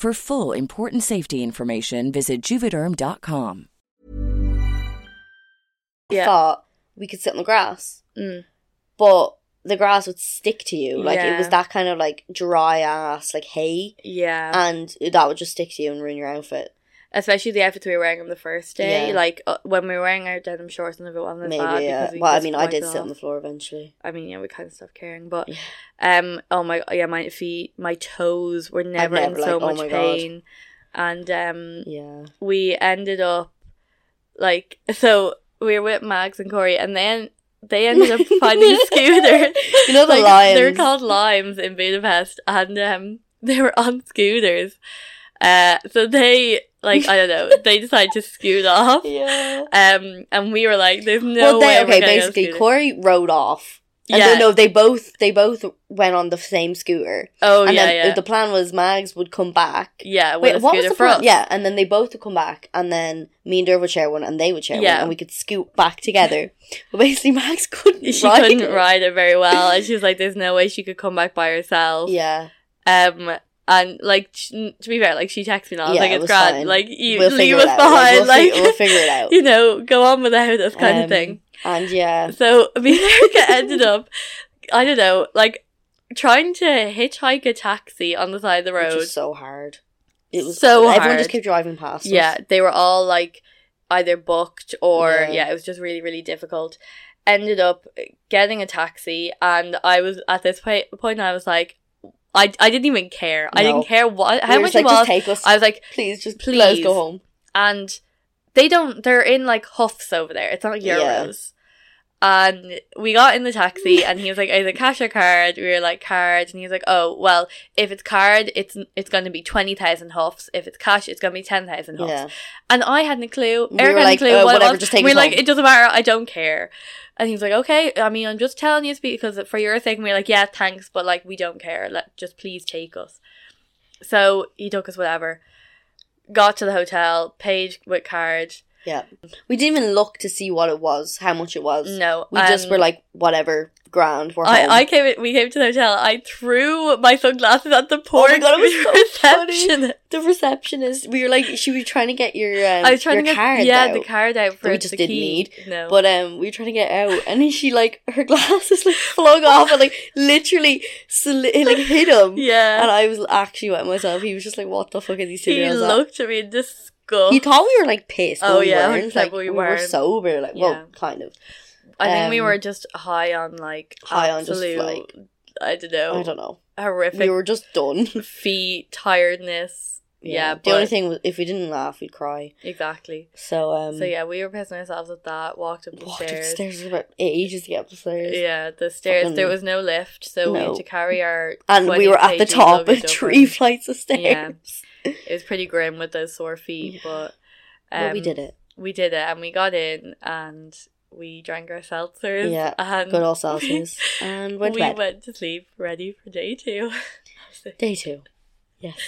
Speaker 6: For full important safety information, visit juvederm.com.
Speaker 4: Yeah.
Speaker 5: thought we could sit on the grass,
Speaker 4: Mm.
Speaker 5: but the grass would stick to you. Like it
Speaker 4: Yeah.
Speaker 5: was that kind of like dry ass, like hay,
Speaker 4: Yeah.
Speaker 5: and that would just stick to you and ruin your outfit.
Speaker 4: Especially the outfits we were wearing on the first day.
Speaker 5: Yeah.
Speaker 4: Like uh, when we were wearing our denim shorts and if it wasn't as
Speaker 5: Maybe,
Speaker 4: bad.
Speaker 5: yeah.
Speaker 4: because we
Speaker 5: Well, I
Speaker 4: just
Speaker 5: mean, I
Speaker 4: wiped
Speaker 5: did
Speaker 4: it
Speaker 5: sit on
Speaker 4: off.
Speaker 5: the floor eventually.
Speaker 4: I mean, yeah, we kind of stopped caring, but um, oh my, yeah, my feet, my toes were never,
Speaker 5: never,
Speaker 4: in so
Speaker 5: like, oh my
Speaker 4: much
Speaker 5: God.
Speaker 4: pain, and um,
Speaker 5: Yeah.
Speaker 4: we ended up like so we were with Mags and Corey, and then they ended up finding scooters.
Speaker 5: You know the
Speaker 4: Like, They were
Speaker 5: limes.
Speaker 4: called limes in Budapest, and um, they were on scooters. Uh, so they like I don't know, they decided to scoot off.
Speaker 5: Yeah.
Speaker 4: Um, and we were like, "There's no
Speaker 5: well, they
Speaker 4: way." we're
Speaker 5: okay.
Speaker 4: getting on a
Speaker 5: Basically,
Speaker 4: scooter.
Speaker 5: Corey rode off. And
Speaker 4: Yeah.
Speaker 5: yeah. no, they both they both went on the same scooter.
Speaker 4: Oh
Speaker 5: and
Speaker 4: yeah,
Speaker 5: then
Speaker 4: yeah.
Speaker 5: the plan was Mags would come back.
Speaker 4: yeah, with
Speaker 5: Wait,
Speaker 4: a
Speaker 5: what was
Speaker 4: scooter
Speaker 5: the
Speaker 4: for
Speaker 5: plan?
Speaker 4: us.
Speaker 5: Yeah, and then they both would come back, and then me and Dur would share one, and they would share
Speaker 4: Yeah.
Speaker 5: one, and we could scoot back together. but basically, Mags couldn't.
Speaker 4: she
Speaker 5: ride
Speaker 4: couldn't
Speaker 5: it.
Speaker 4: ride it very well, and she was like, "There's no way she could come back by herself."
Speaker 5: Yeah,
Speaker 4: Um, and like sh- to be fair, like she texted me, and I was
Speaker 5: Yeah,
Speaker 4: like,
Speaker 5: it
Speaker 4: "It's
Speaker 5: was
Speaker 4: grand,
Speaker 5: fine.
Speaker 4: like you
Speaker 5: We'll
Speaker 4: leave
Speaker 5: figure
Speaker 4: us
Speaker 5: it out.
Speaker 4: behind,
Speaker 5: Like,
Speaker 4: like,
Speaker 5: we'll fi- we'll figure it out.
Speaker 4: you know, go on without us kind
Speaker 5: Um,
Speaker 4: of thing."
Speaker 5: and yeah,
Speaker 4: So America ended up, I don't know, like trying to hitchhike a taxi on the side of the
Speaker 5: which
Speaker 4: road.
Speaker 5: was so hard. It was
Speaker 4: So
Speaker 5: everyone
Speaker 4: hard.
Speaker 5: just kept driving past. us.
Speaker 4: Yeah, they were all like either booked or
Speaker 5: Yeah.
Speaker 4: yeah. it was just really really difficult. Ended up getting a taxi, and I was at this point. Point I was like, I, I didn't even care. I
Speaker 5: No.
Speaker 4: didn't care what
Speaker 5: We
Speaker 4: how
Speaker 5: were
Speaker 4: much
Speaker 5: just like,
Speaker 4: it was.
Speaker 5: Just take us.
Speaker 4: I was like,
Speaker 5: please, just
Speaker 4: please.
Speaker 5: let us go home.
Speaker 4: and they don't. They're in like huffs over there. It's not
Speaker 5: Yeah.
Speaker 4: euros. And we got in the taxi, and he was like, "Oh, "Is it cash or card?" We were like, "Card," and he was like, "Oh, well, if it's card, it's it's going to be twenty thousand huffs. If it's cash, it's going to be ten thousand huffs."
Speaker 5: Yeah.
Speaker 4: And I hadn't a clue.
Speaker 5: We
Speaker 4: Eric
Speaker 5: were
Speaker 4: hadn't
Speaker 5: like,
Speaker 4: a clue.
Speaker 5: "Uh,
Speaker 4: what it
Speaker 5: whatever,
Speaker 4: was.
Speaker 5: just take
Speaker 4: We're
Speaker 5: us
Speaker 4: like,
Speaker 5: home.
Speaker 4: "It doesn't matter. I don't care." And he was like, "Okay, I mean, I'm just telling you it's because for your sake." And we we're like, "Yeah, thanks, but like, we don't care. Let just please take us." So he took us whatever. Got to the hotel, paid with card.
Speaker 5: Yeah. We didn't even look to see what it was, how much it was.
Speaker 4: No,
Speaker 5: We just
Speaker 4: um,
Speaker 5: were like, whatever, grand, we're
Speaker 4: I,
Speaker 5: home.
Speaker 4: I came. We came to the hotel. I threw my sunglasses at the poor
Speaker 5: Oh my God, it was so
Speaker 4: reception.
Speaker 5: the receptionist, we were like, she was trying to get your, um,
Speaker 4: I was trying
Speaker 5: your
Speaker 4: to get
Speaker 5: card
Speaker 4: yeah
Speaker 5: out.
Speaker 4: the card out for
Speaker 5: we just
Speaker 4: the
Speaker 5: didn't
Speaker 4: key.
Speaker 5: need.
Speaker 4: No,
Speaker 5: But um, we were trying to get out, and then she like her glasses like flung off and like literally sli- like hit him.
Speaker 4: yeah,
Speaker 5: um, And I was actually wet myself. He was just like, "What the fuck is he sitting
Speaker 4: he
Speaker 5: at?"
Speaker 4: looked at me in disgust.
Speaker 5: He thought we were like pissed. but
Speaker 4: Oh,
Speaker 5: we
Speaker 4: yeah,
Speaker 5: weren't.
Speaker 4: 100%
Speaker 5: like
Speaker 4: we
Speaker 5: we, were
Speaker 4: weren't.
Speaker 5: sober. Like,
Speaker 4: Yeah.
Speaker 5: well, kind of.
Speaker 4: I think we
Speaker 5: um,
Speaker 4: were just high on like
Speaker 5: high on just,
Speaker 4: absolute,
Speaker 5: like-
Speaker 4: I don't know,
Speaker 5: I don't know.
Speaker 4: horrific
Speaker 5: We were just done.
Speaker 4: feet tiredness. Yeah,
Speaker 5: the only
Speaker 4: but-
Speaker 5: thing was if we didn't laugh, we'd cry.
Speaker 4: exactly.
Speaker 5: So um,
Speaker 4: so yeah, we were pissing ourselves at that. Walked up the
Speaker 5: walked
Speaker 4: stairs.
Speaker 5: upstairs about ages to get upstairs.
Speaker 4: Yeah, the stairs.
Speaker 5: Fucking-
Speaker 4: there was no lift, so we had
Speaker 5: No.
Speaker 4: to carry our.
Speaker 5: And we
Speaker 4: 20
Speaker 5: were at the
Speaker 4: kg
Speaker 5: top of
Speaker 4: luggage up
Speaker 5: three
Speaker 4: and-
Speaker 5: flights of stairs.
Speaker 4: Yeah. It was pretty grim with those sore feet, but um,
Speaker 5: but we did it.
Speaker 4: We did it, and we got in, and we drank our seltzers.
Speaker 5: Yeah,
Speaker 4: Um, and
Speaker 5: Good old Celsius. and went
Speaker 4: we
Speaker 5: to bed.
Speaker 4: went to sleep, ready for day two.
Speaker 5: Day two. Yes.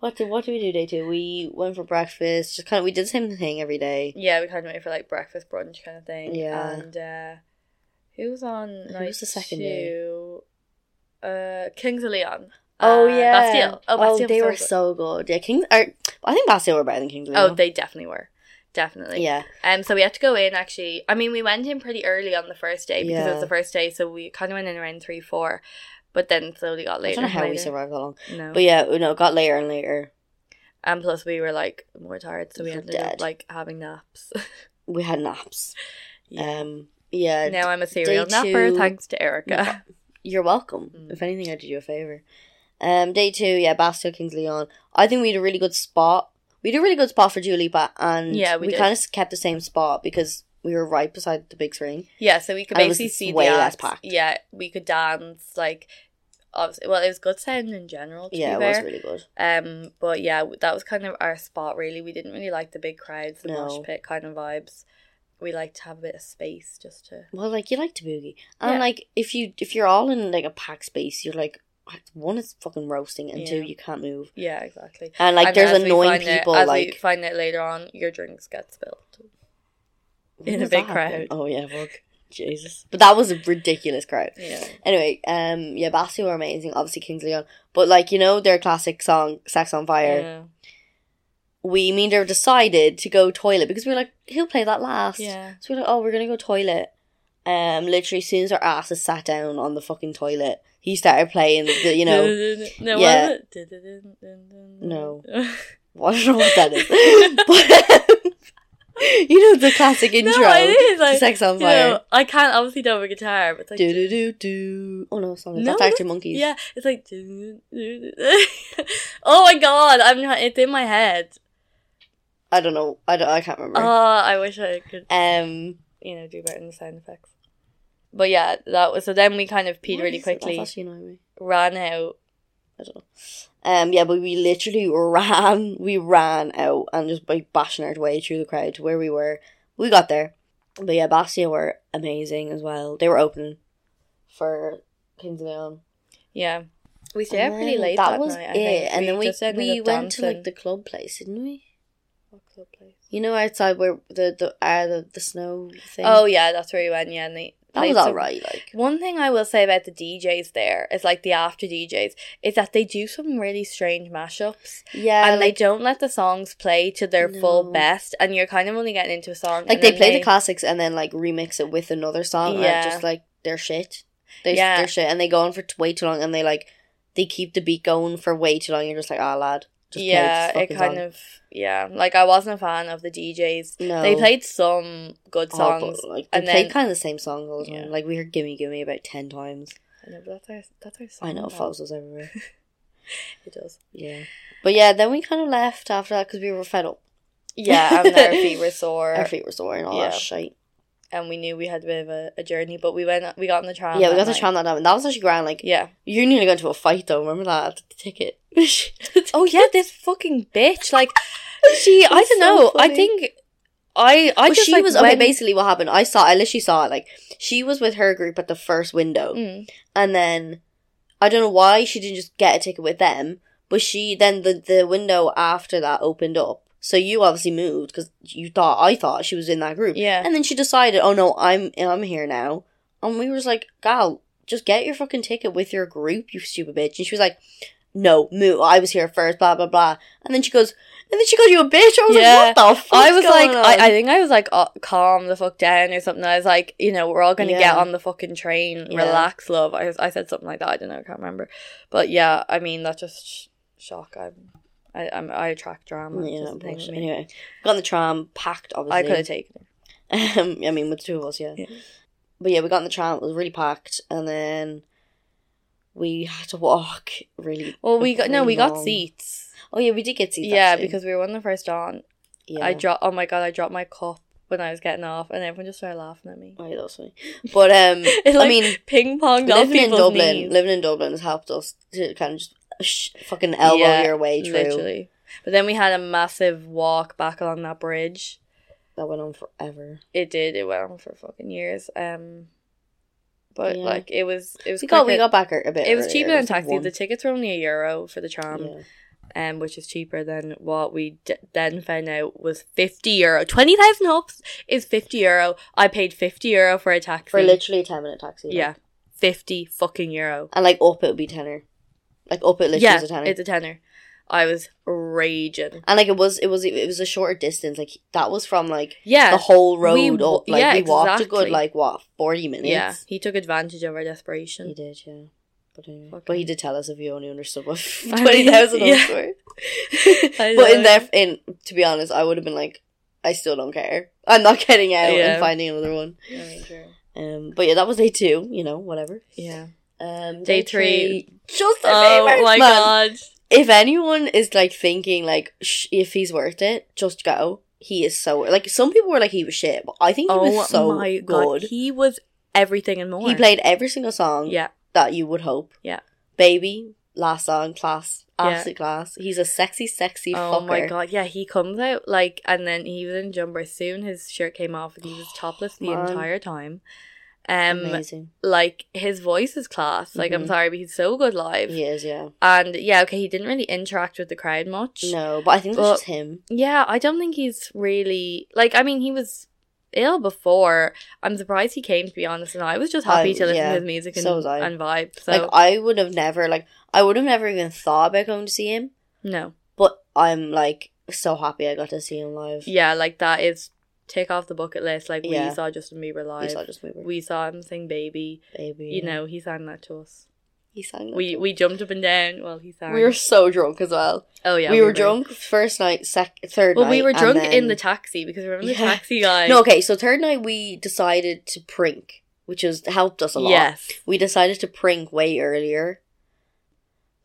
Speaker 5: What did what did we do day two? We went for breakfast. Just kind of we did the same thing every day.
Speaker 4: yeah, we kind of went for like breakfast brunch kind of thing.
Speaker 5: Yeah.
Speaker 4: and uh, who was on?
Speaker 5: Who
Speaker 4: night
Speaker 5: was the second day?
Speaker 4: two? Uh, Kings of Leon.
Speaker 5: Oh
Speaker 4: Uh,
Speaker 5: yeah,
Speaker 4: Bastille. Oh, Bastille was
Speaker 5: they
Speaker 4: so
Speaker 5: were
Speaker 4: good.
Speaker 5: so good. Yeah, Kings. Or, I think Bastille were better than Kings. of
Speaker 4: Oh,
Speaker 5: Leon.
Speaker 4: they definitely were. Definitely.
Speaker 5: yeah,
Speaker 4: Um, so we had to go in actually. I mean, we went in pretty early on the first day because it
Speaker 5: Yeah.
Speaker 4: was the first day, so we kind of went in around three, four, but then slowly got
Speaker 5: I
Speaker 4: later.
Speaker 5: don't know
Speaker 4: and
Speaker 5: how we
Speaker 4: later.
Speaker 5: survived that long.
Speaker 4: No.
Speaker 5: But yeah, no, it got later and later.
Speaker 4: and plus, we were like more tired, so we
Speaker 5: We're
Speaker 4: ended up
Speaker 5: dead.
Speaker 4: like having naps.
Speaker 5: We had naps.
Speaker 4: yeah.
Speaker 5: Um, yeah.
Speaker 4: now I'm a serial
Speaker 5: day
Speaker 4: napper
Speaker 5: two-
Speaker 4: thanks to Erica.
Speaker 5: You're welcome.
Speaker 4: Mm.
Speaker 5: If anything, I did you a favor. Um, day two, yeah, Bastille Kings Leon. I think we had a really good spot. We had a really good spot for Julipa, and
Speaker 4: Yeah, we did.
Speaker 5: kind of kept the same spot because we were right beside the big screen.
Speaker 4: Yeah, so we could
Speaker 5: And it was
Speaker 4: basically see
Speaker 5: way
Speaker 4: the
Speaker 5: less
Speaker 4: acts.
Speaker 5: packed.
Speaker 4: Yeah, we could dance like. Obviously, well, it was good sound in general. To
Speaker 5: yeah,
Speaker 4: be
Speaker 5: it
Speaker 4: fair.
Speaker 5: was really good.
Speaker 4: Um, but yeah, w- that was kind of our spot. Really, we didn't really like the big crowds, the
Speaker 5: No.
Speaker 4: mosh pit kind of vibes. We like to have a bit of space just to.
Speaker 5: Well, like you like to boogie, and
Speaker 4: Yeah.
Speaker 5: like if you if you're all in like a packed space, you're like one is fucking roasting, and two
Speaker 4: Yeah.
Speaker 5: you can't move.
Speaker 4: Yeah, exactly.
Speaker 5: And like there's
Speaker 4: as we
Speaker 5: annoying
Speaker 4: find out-
Speaker 5: people
Speaker 4: as we
Speaker 5: like
Speaker 4: find it later on, your drinks get spilled.
Speaker 5: When
Speaker 4: in a
Speaker 5: does
Speaker 4: big
Speaker 5: that happen?
Speaker 4: crowd.
Speaker 5: Oh yeah, fuck. Jesus. But that was a ridiculous crowd.
Speaker 4: Yeah.
Speaker 5: Anyway, um, yeah, Basti were amazing. Obviously, Kings Leon, but like you know their classic song "Sex on Fire."
Speaker 4: Yeah.
Speaker 5: We mean they decided to go toilet because we were like, "Who'll play that last?"
Speaker 4: Yeah.
Speaker 5: So we're like, "Oh, we're gonna go toilet." Um, literally, as soon as our asses sat down on the fucking toilet, he started playing the you know
Speaker 4: no,
Speaker 5: yeah.
Speaker 4: was it?
Speaker 5: No. well, I don't know what that is, but you know the classic intro.
Speaker 4: No, it is
Speaker 5: to
Speaker 4: like
Speaker 5: "Sex on
Speaker 4: you
Speaker 5: Fire."
Speaker 4: know, I can't obviously do a guitar, but it's like
Speaker 5: Do do do do. Oh no, it's not.
Speaker 4: No,
Speaker 5: That's Arctic Monkeys.
Speaker 4: Yeah, it's like. oh my god, I'm not. It's in my head.
Speaker 5: I don't know. I don't. I can't remember.
Speaker 4: Oh, I wish I could,
Speaker 5: um.
Speaker 4: you know, do better in the sound effects. But yeah, that was so. Then we kind of peed
Speaker 5: what
Speaker 4: really
Speaker 5: is it? That's
Speaker 4: quickly,
Speaker 5: actually annoying me.
Speaker 4: ran out.
Speaker 5: I don't know. Um. Yeah, but we literally ran. We ran out and just like bashing our way through the crowd to where we were. We got there. But yeah, Bastia were amazing as well. They were opening for Kings of Leon.
Speaker 4: Yeah, we stayed out
Speaker 5: And
Speaker 4: pretty
Speaker 5: then
Speaker 4: late that, night. I think.
Speaker 5: And then we
Speaker 4: just ended
Speaker 5: we
Speaker 4: up
Speaker 5: went to like the
Speaker 4: dancing.
Speaker 5: club place, didn't we?
Speaker 4: What club place?
Speaker 5: You know, outside where the the uh, the, the snow thing.
Speaker 4: Oh yeah, that's where we went. Yeah, and they
Speaker 5: that
Speaker 4: played
Speaker 5: was
Speaker 4: some-
Speaker 5: alright. Like
Speaker 4: One thing I will say about the DJs there is like the after DJs is that they do some really strange mashups.
Speaker 5: yeah,
Speaker 4: and
Speaker 5: like,
Speaker 4: they don't let the songs play to their full
Speaker 5: No.
Speaker 4: best, and you're kind of only getting into a song.
Speaker 5: like
Speaker 4: and
Speaker 5: they
Speaker 4: then
Speaker 5: play the classics and then like remix it with another song
Speaker 4: Yeah.
Speaker 5: or just like their shit. They
Speaker 4: Yeah.
Speaker 5: their shit and they go on for t- way too long and they like they keep the beat going for way too long. You're just like, ah, lad, just play
Speaker 4: yeah,
Speaker 5: this
Speaker 4: it
Speaker 5: fucking
Speaker 4: kind
Speaker 5: song." Oh,
Speaker 4: of yeah. Like I wasn't a fan of the DJs.
Speaker 5: no.
Speaker 4: They played some good
Speaker 5: Oh,
Speaker 4: songs,
Speaker 5: but, like, they
Speaker 4: and
Speaker 5: played
Speaker 4: then
Speaker 5: kind of the same songs all the time.
Speaker 4: Yeah.
Speaker 5: Like we heard "Gimme Gimme" about ten times.
Speaker 4: I know, but that's our, that's our song.
Speaker 5: I know,
Speaker 4: though.
Speaker 5: follows us everywhere.
Speaker 4: It does.
Speaker 5: yeah, but yeah, then we kind of left after that because we were fed up.
Speaker 4: Yeah, and their feet were sore.
Speaker 5: Our feet were sore and all
Speaker 4: Yeah.
Speaker 5: that shit.
Speaker 4: and we knew we had a bit of a, a journey, but we went we got on the tram.
Speaker 5: yeah, we
Speaker 4: that
Speaker 5: got the
Speaker 4: night.
Speaker 5: tram that night. and That was actually grand. Like,
Speaker 4: Yeah.
Speaker 5: you nearly got into a fight though. Remember that the ticket?
Speaker 4: Oh yeah, this fucking bitch. Like she, I
Speaker 5: That's
Speaker 4: don't
Speaker 5: so
Speaker 4: know. I
Speaker 5: funny.
Speaker 4: think I I
Speaker 5: Well,
Speaker 4: just
Speaker 5: she
Speaker 4: like,
Speaker 5: was okay.
Speaker 4: when-
Speaker 5: Basically, what happened? I saw. I literally saw it. Like she was with her group at the first window,
Speaker 4: Mm.
Speaker 5: and then I don't know why she didn't just get a ticket with them. But she then the the window after that opened up, so you obviously moved because you thought I thought she was in that group.
Speaker 4: Yeah.
Speaker 5: and then she decided, oh no, I'm I'm here now, and we was like, gal, just get your fucking ticket with your group, you stupid bitch. And she was like, no, move. I was here first, blah blah blah. And then she goes, and then she called you a bitch. I was
Speaker 4: Yeah.
Speaker 5: like, what the fuck?
Speaker 4: I was like, I, I think I was like, uh, calm the fuck down or something. I was like, you know, we're all gonna
Speaker 5: Yeah.
Speaker 4: get on the fucking train.
Speaker 5: Yeah.
Speaker 4: Relax, love. I was, I said something like that. I don't know. I can't remember. But yeah, I mean, that just sh- shock. I'm, I, I'm, I attract drama. It's
Speaker 5: Yeah,
Speaker 4: just a thing
Speaker 5: but
Speaker 4: with me.
Speaker 5: anyway, got on the tram, packed. Obviously,
Speaker 4: I could have taken it.
Speaker 5: Um, I mean, with the two of us, yeah.
Speaker 4: Yeah.
Speaker 5: But yeah, we got on the tram. It was really packed, and then we had to walk really.
Speaker 4: Well, we got no, we got
Speaker 5: long.
Speaker 4: seats.
Speaker 5: Oh yeah, we did get seats.
Speaker 4: Yeah,
Speaker 5: actually.
Speaker 4: because we were one of the first on.
Speaker 5: yeah,
Speaker 4: I dropped. Oh my god, I dropped my cup when I was getting off, and everyone just started laughing at me.
Speaker 5: Oh, yeah, that was funny. But um,
Speaker 4: It, like,
Speaker 5: I mean,
Speaker 4: ping ponged off
Speaker 5: living in
Speaker 4: people's
Speaker 5: Dublin,
Speaker 4: knees.
Speaker 5: living in Dublin has helped us to kind of just sh- fucking elbow
Speaker 4: Yeah,
Speaker 5: your way through.
Speaker 4: Literally. But then we had a massive walk back along that bridge.
Speaker 5: That went on forever.
Speaker 4: It did. It went on for fucking years. Um, but
Speaker 5: Yeah.
Speaker 4: like it was, it was.
Speaker 5: We got we
Speaker 4: quicker-
Speaker 5: got back a a bit.
Speaker 4: It was
Speaker 5: earlier.
Speaker 4: cheaper than
Speaker 5: like,
Speaker 4: taxi.
Speaker 5: one-
Speaker 4: The tickets were only a euro for the tram,
Speaker 5: yeah.
Speaker 4: um, which is cheaper than what we d- then found out was fifty euro. Twenty thousand hops is fifty euro. I paid fifty euro for a taxi.
Speaker 5: for literally a ten minute taxi. like.
Speaker 4: yeah, fifty fucking euro.
Speaker 5: and like up it would be tenner. Like up it literally
Speaker 4: yeah,
Speaker 5: was a tenner.
Speaker 4: it's a tenner. I was raging.
Speaker 5: and like it was it was it was a shorter distance like that was from like
Speaker 4: Yeah,
Speaker 5: the whole road
Speaker 4: we w-
Speaker 5: up like
Speaker 4: yeah,
Speaker 5: we walked a
Speaker 4: exactly.
Speaker 5: good like what 40 minutes
Speaker 4: Yeah, he took advantage of our desperation.
Speaker 5: he did yeah but, anyway.
Speaker 4: Fuck
Speaker 5: but he
Speaker 4: him.
Speaker 5: did tell us if you only understood what
Speaker 4: I mean,
Speaker 5: 20,000
Speaker 4: yeah.
Speaker 5: was worth
Speaker 4: I
Speaker 5: but in
Speaker 4: know.
Speaker 5: there in to be honest I would have been like I still don't care I'm not getting out
Speaker 4: Yeah.
Speaker 5: and finding another one
Speaker 4: I mean, true.
Speaker 5: um but yeah that was day two you know whatever
Speaker 4: Yeah.
Speaker 5: um
Speaker 4: Day three.
Speaker 5: just a
Speaker 4: Oh my
Speaker 5: man
Speaker 4: god.
Speaker 5: if anyone is like thinking like sh- if he's worth it, just go. He is so like some people were like he was shit, but I think he
Speaker 4: Oh
Speaker 5: was so
Speaker 4: my god.
Speaker 5: good.
Speaker 4: He was everything and more.
Speaker 5: He played every single song
Speaker 4: Yeah.
Speaker 5: that you would hope.
Speaker 4: Yeah.
Speaker 5: Baby, last song, class,
Speaker 4: Yeah.
Speaker 5: absolute class. He's a sexy, sexy
Speaker 4: Oh
Speaker 5: fucker.
Speaker 4: my god. Yeah, he comes out like, and then he was in jumper. Soon his shirt came off, and he was topless the
Speaker 5: Man.
Speaker 4: entire time. Um,
Speaker 5: Amazing.
Speaker 4: like his voice is class. Like I'm
Speaker 5: Mhm.
Speaker 4: sorry, but he's so good live.
Speaker 5: He is, yeah.
Speaker 4: And yeah, okay, he didn't really interact with the crowd much.
Speaker 5: No, but I think that's
Speaker 4: But-
Speaker 5: just him.
Speaker 4: Yeah, I don't think he's really like. I mean, he was ill before. I'm surprised he came to be honest, and I was just happy
Speaker 5: I-
Speaker 4: to listen
Speaker 5: yeah,
Speaker 4: to his music and,
Speaker 5: so was I.
Speaker 4: and vibe. So
Speaker 5: Like I would have never like I would have never even thought about going to see him,
Speaker 4: no,
Speaker 5: but I'm like so happy I got to see him live.
Speaker 4: yeah, like that is take off the bucket list. Like
Speaker 5: Yeah.
Speaker 4: we saw Justin Bieber live.
Speaker 5: We saw just we were
Speaker 4: We saw him sing "Baby."
Speaker 5: baby.
Speaker 4: You know, he sang that to us.
Speaker 5: he sang. that
Speaker 4: We
Speaker 5: song.
Speaker 4: we jumped up and down while he sang.
Speaker 5: We were so drunk as well.
Speaker 4: oh yeah,
Speaker 5: we, were drunk first night, sec- third
Speaker 4: Well,
Speaker 5: night.
Speaker 4: we were
Speaker 5: and
Speaker 4: drunk
Speaker 5: then-
Speaker 4: in the taxi because remember the
Speaker 5: Yeah.
Speaker 4: taxi guy.
Speaker 5: No, okay. So third night we decided to prink, which has helped us a lot.
Speaker 4: Yes.
Speaker 5: We decided to prink way earlier.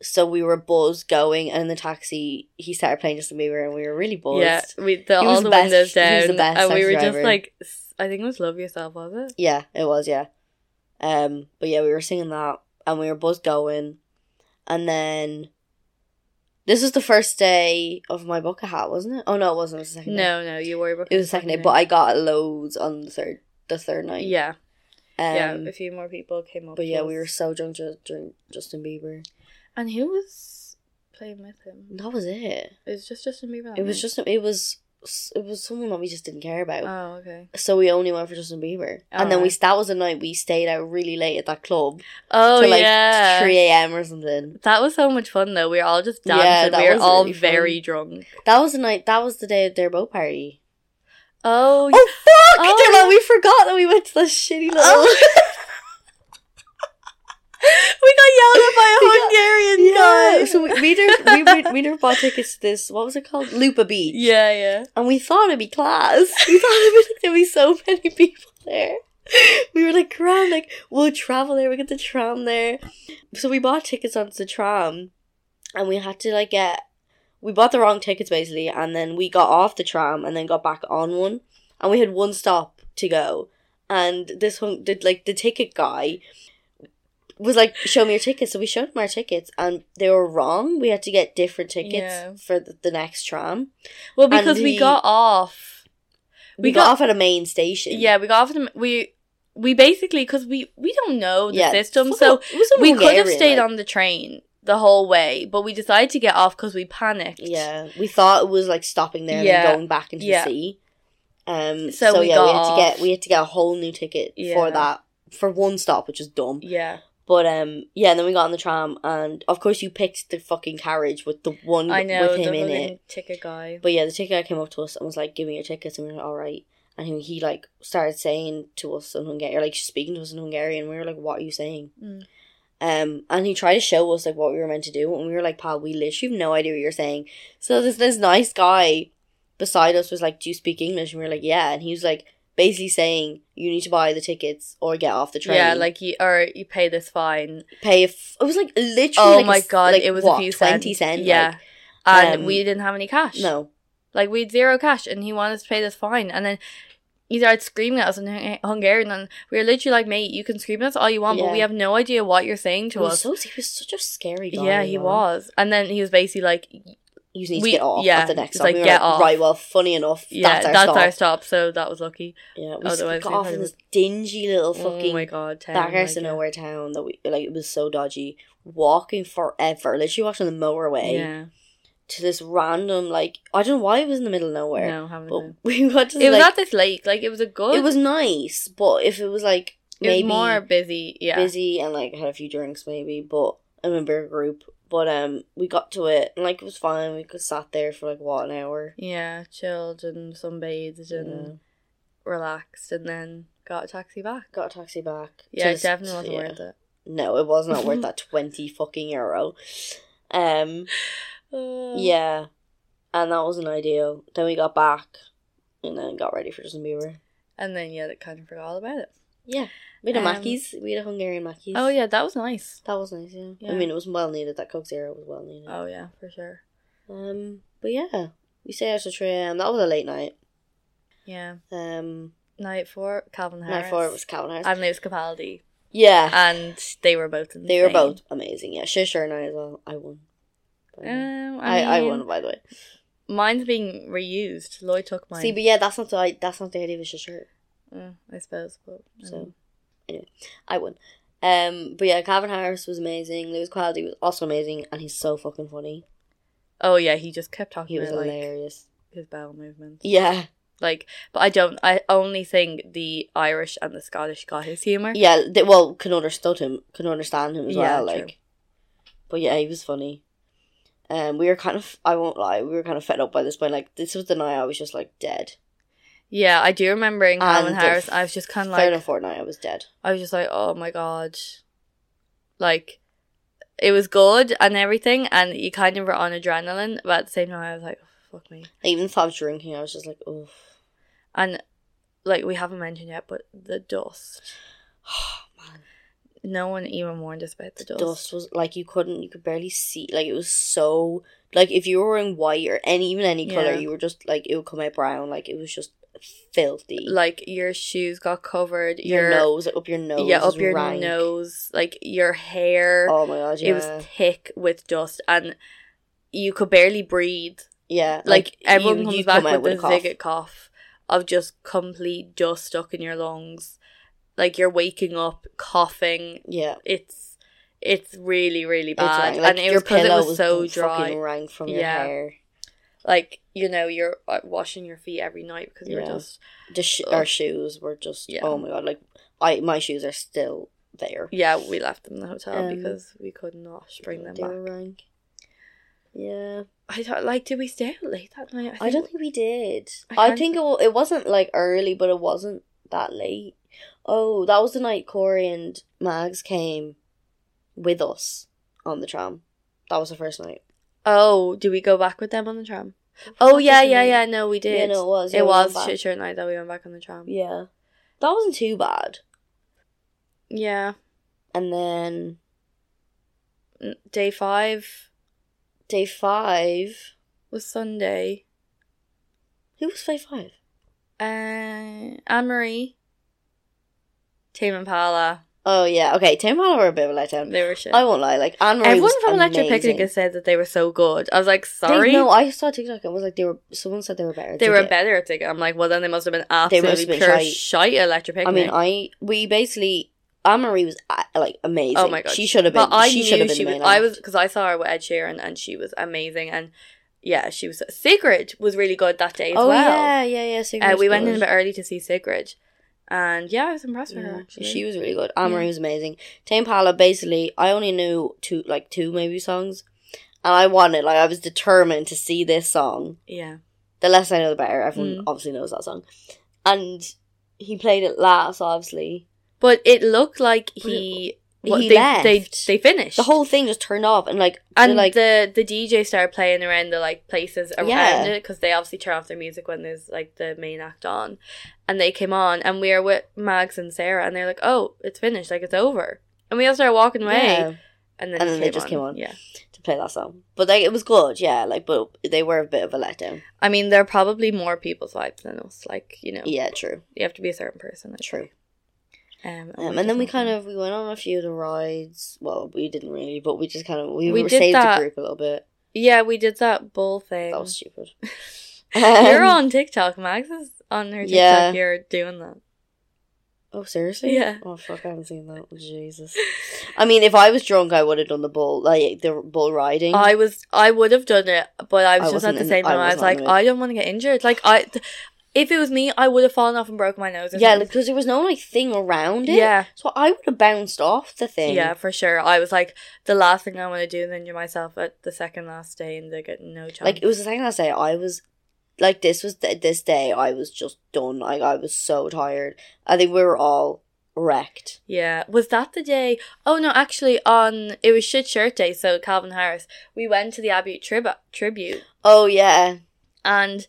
Speaker 5: So we were buzzed going, and in the taxi, he started playing Justin Bieber, and we were really buzzed.
Speaker 4: Yeah, we the,
Speaker 5: He
Speaker 4: all
Speaker 5: was
Speaker 4: the
Speaker 5: best-
Speaker 4: windows
Speaker 5: he
Speaker 4: down,
Speaker 5: was the best
Speaker 4: and we
Speaker 5: taxi
Speaker 4: were
Speaker 5: driver.
Speaker 4: just like, s- I think it was "Love Yourself," was it?
Speaker 5: Yeah, it was, yeah. Um, but yeah, we were singing that and we were both going. And then this was the first day of my bucket hat, wasn't it? Oh no, it wasn't, it was the second day.
Speaker 4: No, no, you were.
Speaker 5: It was the second day, but I got loads on the third the third night.
Speaker 4: yeah,
Speaker 5: Um,
Speaker 4: yeah, a few more people came up.
Speaker 5: But
Speaker 4: to
Speaker 5: yeah, we
Speaker 4: us.
Speaker 5: were so drunk ju- during Justin Bieber.
Speaker 4: and who was playing with him?
Speaker 5: That was it.
Speaker 4: It was just Justin Bieber. that
Speaker 5: It was
Speaker 4: night?
Speaker 5: just it was it was someone that we just didn't care about.
Speaker 4: Oh, okay.
Speaker 5: so we only went for Justin Bieber, and then we
Speaker 4: Alright.
Speaker 5: that was the night we stayed out really late at that club
Speaker 4: Oh
Speaker 5: till like
Speaker 4: yeah.
Speaker 5: three a.m. or something.
Speaker 4: That was so much fun though. We were all just
Speaker 5: Yeah,
Speaker 4: dancing.
Speaker 5: that
Speaker 4: we were
Speaker 5: was
Speaker 4: all
Speaker 5: really fun.
Speaker 4: very drunk.
Speaker 5: That was the night. That was the day of their boat party.
Speaker 4: Oh,
Speaker 5: Oh fuck!
Speaker 4: Oh,
Speaker 5: They're like,
Speaker 4: yeah.
Speaker 5: we forgot that we went to that shitty little.
Speaker 4: Oh.
Speaker 5: we got yelled
Speaker 4: at by a Hungarian guy.
Speaker 5: So we we never- we we- we never bought tickets to this. What was it called? Lupa Beach.
Speaker 4: yeah, yeah.
Speaker 5: And we thought it'd be class. We thought it'd be, there'd be so many people there. We were like, grand, like we'll travel there. We get the tram there. So we bought tickets onto the tram, and we had to like get. We bought the wrong tickets basically, and then we got off the tram and then got back on one, and we had one stop to go, and this one did like the ticket guy was like, "Show me your tickets." So we showed him our tickets, and they were wrong. We had to get different tickets
Speaker 4: Yeah.
Speaker 5: for the, the next tram.
Speaker 4: Well,
Speaker 5: And
Speaker 4: because we
Speaker 5: the-
Speaker 4: got off.
Speaker 5: We, got, off at a main station.
Speaker 4: Yeah, we got off. Them, we we basically because we we don't know the
Speaker 5: Yeah,
Speaker 4: system,
Speaker 5: fuck
Speaker 4: so
Speaker 5: it, it was in
Speaker 4: we could have
Speaker 5: Hungarian,
Speaker 4: stayed
Speaker 5: like-
Speaker 4: on the train the whole way, but we decided to get off because we panicked.
Speaker 5: yeah. We thought it was like stopping there and
Speaker 4: Yeah.
Speaker 5: then going back into
Speaker 4: Yeah.
Speaker 5: the sea. Um.
Speaker 4: So
Speaker 5: So,
Speaker 4: we
Speaker 5: yeah,
Speaker 4: got
Speaker 5: we had
Speaker 4: off.
Speaker 5: to get we had to get a whole new ticket
Speaker 4: Yeah.
Speaker 5: for that for one stop, which is dumb.
Speaker 4: yeah.
Speaker 5: But um, yeah, and then we got on the tram, and of course you picked the fucking carriage with the one
Speaker 4: I know
Speaker 5: with him
Speaker 4: the
Speaker 5: in
Speaker 4: fucking
Speaker 5: it.
Speaker 4: ticket guy.
Speaker 5: But yeah, the ticket guy came up to us and was like, "Give me your tickets," and we were like, "All right." And he, he like started saying to us in Hungarian, or like speaking to us in Hungarian. We were like, "What are you saying?"
Speaker 4: Mm.
Speaker 5: Um, and he tried to show us like what we were meant to do, and we were like, "Pal, we literally have no idea what you're saying." So this this nice guy beside us was like, "Do you speak English?" And we were like, "Yeah," and he was like basically saying, "You need to buy the tickets or get off the train."
Speaker 4: Yeah, like you or you pay this fine.
Speaker 5: pay. A f- it was like literally.
Speaker 4: Oh
Speaker 5: like, a
Speaker 4: my
Speaker 5: s-
Speaker 4: god,
Speaker 5: like,
Speaker 4: it was
Speaker 5: what,
Speaker 4: a few
Speaker 5: twenty
Speaker 4: cents.
Speaker 5: cents.
Speaker 4: Yeah,
Speaker 5: like,
Speaker 4: and
Speaker 5: um,
Speaker 4: we didn't have any cash.
Speaker 5: like, no.
Speaker 4: Like we had zero cash, and he wanted us to pay this fine, and then he started screaming at us in Hun- Hungarian, and we were literally like, "Mate, you can scream at us all you want, but
Speaker 5: Yeah.
Speaker 4: we have no idea what you're saying
Speaker 5: He
Speaker 4: to
Speaker 5: was,
Speaker 4: us."
Speaker 5: so, he was such a scary guy.
Speaker 4: yeah, he
Speaker 5: you know?
Speaker 4: was, and then he was basically like,
Speaker 5: You just need
Speaker 4: We-
Speaker 5: to get off
Speaker 4: yeah,
Speaker 5: at the next
Speaker 4: he's
Speaker 5: stop.
Speaker 4: like,
Speaker 5: we were
Speaker 4: "Get
Speaker 5: like,
Speaker 4: off."
Speaker 5: Right, well, funny enough,
Speaker 4: "Yeah,
Speaker 5: that's our
Speaker 4: that's
Speaker 5: stop.
Speaker 4: our stop." So that was lucky.
Speaker 5: Yeah, we
Speaker 4: Otherwise,
Speaker 5: just
Speaker 4: we
Speaker 5: got off
Speaker 4: probably
Speaker 5: in this
Speaker 4: would-
Speaker 5: dingy little fucking
Speaker 4: oh my god, town,
Speaker 5: back
Speaker 4: like,
Speaker 5: out of
Speaker 4: yeah.
Speaker 5: nowhere town that we like. It was so dodgy. Walking forever, literally watching the motorway
Speaker 4: Yeah,
Speaker 5: to this random like I don't know why it was in the middle of nowhere.
Speaker 4: no, haven't.
Speaker 5: But
Speaker 4: been.
Speaker 5: we got to
Speaker 4: It was
Speaker 5: like,
Speaker 4: at this lake. Like it was a good.
Speaker 5: it was nice, but if it was like
Speaker 4: It was
Speaker 5: maybe
Speaker 4: more busy. Yeah.
Speaker 5: busy and like had a few drinks maybe, but I remember a group. But um, we got to it and like it was fine. We could sat there for like what an hour.
Speaker 4: Yeah, chilled and sunbathed and
Speaker 5: Yeah.
Speaker 4: relaxed, and then got a taxi back.
Speaker 5: Got a taxi back.
Speaker 4: Yeah, it
Speaker 5: Just-
Speaker 4: definitely wasn't
Speaker 5: yeah.
Speaker 4: worth it.
Speaker 5: No, it was not worth that twenty fucking euro. Um,
Speaker 4: Uh,
Speaker 5: yeah, and that wasn't ideal. Then we got back and then got ready for Justin Bieber.
Speaker 4: and then yeah, they kind of forgot all about it.
Speaker 5: Yeah, we had a
Speaker 4: Um,
Speaker 5: Mackey's. We had a Hungarian Mackey's.
Speaker 4: Oh yeah, that was nice.
Speaker 5: that was nice. Yeah,
Speaker 4: Yeah.
Speaker 5: I mean it was well needed. That Coke Zero was well needed.
Speaker 4: Oh yeah, for sure.
Speaker 5: Um, but yeah, we stayed out till three a.m. That was a late night.
Speaker 4: Yeah,
Speaker 5: Um,
Speaker 4: night four, Calvin Harris.
Speaker 5: night four was Calvin Harris.
Speaker 4: and Lewis Capaldi,
Speaker 5: yeah,
Speaker 4: and they were both. In the
Speaker 5: they were
Speaker 4: same.
Speaker 5: both amazing. Yeah, sure, sure night as well. I won. By the way.
Speaker 4: Um, I,
Speaker 5: I, I
Speaker 4: mean,
Speaker 5: won by the way.
Speaker 4: Mine's being reused. Lloyd took mine.
Speaker 5: See, but yeah, that's not the I, that's not the idea of a shirt.
Speaker 4: Mm, I suppose. But, um,
Speaker 5: So anyway, I won. Um, but yeah, Calvin Harris was amazing. Lewis Quality was also amazing, and he's so fucking funny.
Speaker 4: oh yeah, he just kept talking
Speaker 5: He was
Speaker 4: about like
Speaker 5: hilarious.
Speaker 4: his bowel movements.
Speaker 5: Yeah,
Speaker 4: Like, but I don't. I only think the Irish and the Scottish got his humor.
Speaker 5: yeah. They, well, can understood him, can understand him as
Speaker 4: Yeah,
Speaker 5: well.
Speaker 4: true.
Speaker 5: Like, but yeah, he was funny. Um, we were kind of, I won't lie, we were kind of fed up by this point. Like, this was the night I was just like dead.
Speaker 4: Yeah, I do remember in Calvin
Speaker 5: And
Speaker 4: Harris,
Speaker 5: the
Speaker 4: I was just kind of
Speaker 5: Third
Speaker 4: like,
Speaker 5: and fourth night, I was dead.
Speaker 4: I was just like, oh my god, like it was good and everything, and you kind of were on adrenaline, but at the same time, I was like, oh, fuck me,
Speaker 5: I even stopped drinking. I was just like, oh,
Speaker 4: and like we haven't mentioned yet, but the dust. No one even warned us about the dust.
Speaker 5: dust was like you couldn't you could barely see like it was so like if you were wearing white or any even any color
Speaker 4: Yeah.
Speaker 5: you were just like it would come out brown like it was just filthy
Speaker 4: Like your shoes got covered,
Speaker 5: your,
Speaker 4: your,
Speaker 5: nose like, up your nose
Speaker 4: yeah, up
Speaker 5: was
Speaker 4: your
Speaker 5: rank.
Speaker 4: nose, like your hair.
Speaker 5: oh my god yeah
Speaker 4: It was thick with dust, and you could barely breathe.
Speaker 5: yeah
Speaker 4: like, everyone
Speaker 5: you-
Speaker 4: comes
Speaker 5: you'd
Speaker 4: back
Speaker 5: come out
Speaker 4: with,
Speaker 5: a
Speaker 4: a
Speaker 5: cough.
Speaker 4: ziggot cough of just complete dust stuck in your lungs. Like you're waking up coughing.
Speaker 5: yeah
Speaker 4: It's it's really really
Speaker 5: It's
Speaker 4: bad,
Speaker 5: rank. Like,
Speaker 4: and it
Speaker 5: your
Speaker 4: was because it
Speaker 5: pillow
Speaker 4: was, so dry.
Speaker 5: fucking rank from
Speaker 4: Yeah.
Speaker 5: your hair
Speaker 4: Like you know, you're uh, washing your feet every night because you're
Speaker 5: Yeah.
Speaker 4: just
Speaker 5: the sh-
Speaker 4: Ugh.
Speaker 5: our shoes were just
Speaker 4: Yeah.
Speaker 5: oh my god like I my shoes are still there
Speaker 4: yeah. We left them in the hotel
Speaker 5: Um,
Speaker 4: because we could not bring them
Speaker 5: they were
Speaker 4: back.
Speaker 5: rank yeah
Speaker 4: I thought like, did we stay out late that night?
Speaker 5: I don't think we did.
Speaker 4: I
Speaker 5: I,
Speaker 4: can't-
Speaker 5: think it, wa- it wasn't like early, but it wasn't that late. Oh, that was the night Corey and Mags came with us on the tram. That was the first night.
Speaker 4: Oh, did we go back with them on the tram? Oh
Speaker 5: Fuck,
Speaker 4: yeah,
Speaker 5: isn't
Speaker 4: yeah,
Speaker 5: it?
Speaker 4: yeah. No, we did.
Speaker 5: Yeah, no, it was. Yeah,
Speaker 4: It
Speaker 5: we went
Speaker 4: was
Speaker 5: back.
Speaker 4: shit shirt night that we went back on the tram.
Speaker 5: Yeah, that wasn't too bad.
Speaker 4: Yeah.
Speaker 5: And then
Speaker 4: N- Day five
Speaker 5: day five.
Speaker 4: was Sunday.
Speaker 5: Who was day five?
Speaker 4: Uh, Anne Marie, Tame Impala.
Speaker 5: Oh yeah, okay. Tim Hall were a bit of a letdown.
Speaker 4: They were shit.
Speaker 5: I won't lie, like Anne Marie.
Speaker 4: Everyone
Speaker 5: was
Speaker 4: from Electric
Speaker 5: amazing.
Speaker 4: Picnic said that they were so good. I was like,
Speaker 5: They-
Speaker 4: sorry.
Speaker 5: no, I saw TikTok. It was like they were. Someone said they were better.
Speaker 4: they
Speaker 5: than
Speaker 4: were
Speaker 5: Dick.
Speaker 4: better at it. I'm like, well, then they must have been
Speaker 5: They
Speaker 4: absolutely
Speaker 5: must have been
Speaker 4: pure
Speaker 5: shite.
Speaker 4: shite at Electric
Speaker 5: I
Speaker 4: Picnic.
Speaker 5: mean, I we basically Anne Marie was uh, like amazing.
Speaker 4: Oh my god,
Speaker 5: she should have been.
Speaker 4: But I
Speaker 5: she
Speaker 4: knew
Speaker 5: should have been.
Speaker 4: she was.
Speaker 5: main
Speaker 4: I was
Speaker 5: act.
Speaker 4: because I saw her with Ed Sheeran, and she was amazing. And yeah, she was. Sigrid was really good that day as
Speaker 5: oh
Speaker 4: well.
Speaker 5: yeah, yeah, yeah.
Speaker 4: Uh,
Speaker 5: Sigrid's
Speaker 4: we went in
Speaker 5: good.
Speaker 4: a bit early to see Sigrid, and yeah, I was impressed with her.
Speaker 5: Yeah,
Speaker 4: Actually,
Speaker 5: Mm,
Speaker 4: Mm.
Speaker 5: She was really good. Anne
Speaker 4: Yeah.
Speaker 5: Marie was amazing. Tame Pala basically I only knew two like two maybe songs. And I wanted like I was determined to see this song.
Speaker 4: Yeah,
Speaker 5: The less I know the better. Everyone
Speaker 4: Mm.
Speaker 5: obviously knows that song. And he played it last, obviously.
Speaker 4: but it looked like
Speaker 5: But
Speaker 4: he.
Speaker 5: it-
Speaker 4: what,
Speaker 5: he
Speaker 4: they,
Speaker 5: left.
Speaker 4: they they finished
Speaker 5: The whole thing just turned off and like
Speaker 4: and
Speaker 5: and like
Speaker 4: the the DJ started playing around the like places around
Speaker 5: Yeah.
Speaker 4: it because they obviously turn off their music when there's like the main act on, and they came on and we were with Mags and Sarah and they're like, oh, it's finished, like it's over, and we all started walking away,
Speaker 5: yeah,
Speaker 4: and then,
Speaker 5: And
Speaker 4: it
Speaker 5: then they just came on.
Speaker 4: Yeah,
Speaker 5: to play that song. But like it was good, yeah, like but they were a bit of a letdown.
Speaker 4: I mean there are probably more people's vibes than us, like you know,
Speaker 5: Yeah, true.
Speaker 4: you have to be a certain person. I
Speaker 5: True.
Speaker 4: think. Um,
Speaker 5: Um, and then we kind of we went on a few of the rides. Well, we didn't really, but we just kind of we,
Speaker 4: We
Speaker 5: were
Speaker 4: did
Speaker 5: saved
Speaker 4: that-
Speaker 5: the group a little bit.
Speaker 4: yeah, we did that bull thing.
Speaker 5: That was stupid.
Speaker 4: You're
Speaker 5: Um,
Speaker 4: on TikTok, Mags is on her TikTok.
Speaker 5: Yeah.
Speaker 4: You're doing that.
Speaker 5: Oh, seriously?
Speaker 4: Yeah.
Speaker 5: Oh, fuck, I haven't seen that. Jesus. I mean, if I was drunk, I would have done the bull, like, the bull riding.
Speaker 4: I was, I would have done it, but I was
Speaker 5: I
Speaker 4: just
Speaker 5: wasn't
Speaker 4: at the
Speaker 5: in-
Speaker 4: same
Speaker 5: I
Speaker 4: time. I, was
Speaker 5: wasn't on
Speaker 4: like,
Speaker 5: the
Speaker 4: I don't want to get injured. Like I, th- if it was me, I would have fallen off and broke my nose. Or
Speaker 5: yeah,
Speaker 4: something.
Speaker 5: because there was no, like, thing around it.
Speaker 4: Yeah.
Speaker 5: So I would have bounced off the thing.
Speaker 4: yeah, for sure. I was like, the last thing I want to do is injure myself at the second last day, and they get no chance.
Speaker 5: Like, it was the second last day. I was, like, this was, th- this day, I was just done. Like, I was so tired. I think we were all wrecked.
Speaker 4: yeah, was that the day? Oh no, actually, on it was shit shirt day. So Calvin Harris, we went to the Abbey tribu- tribute,
Speaker 5: Oh, yeah.
Speaker 4: and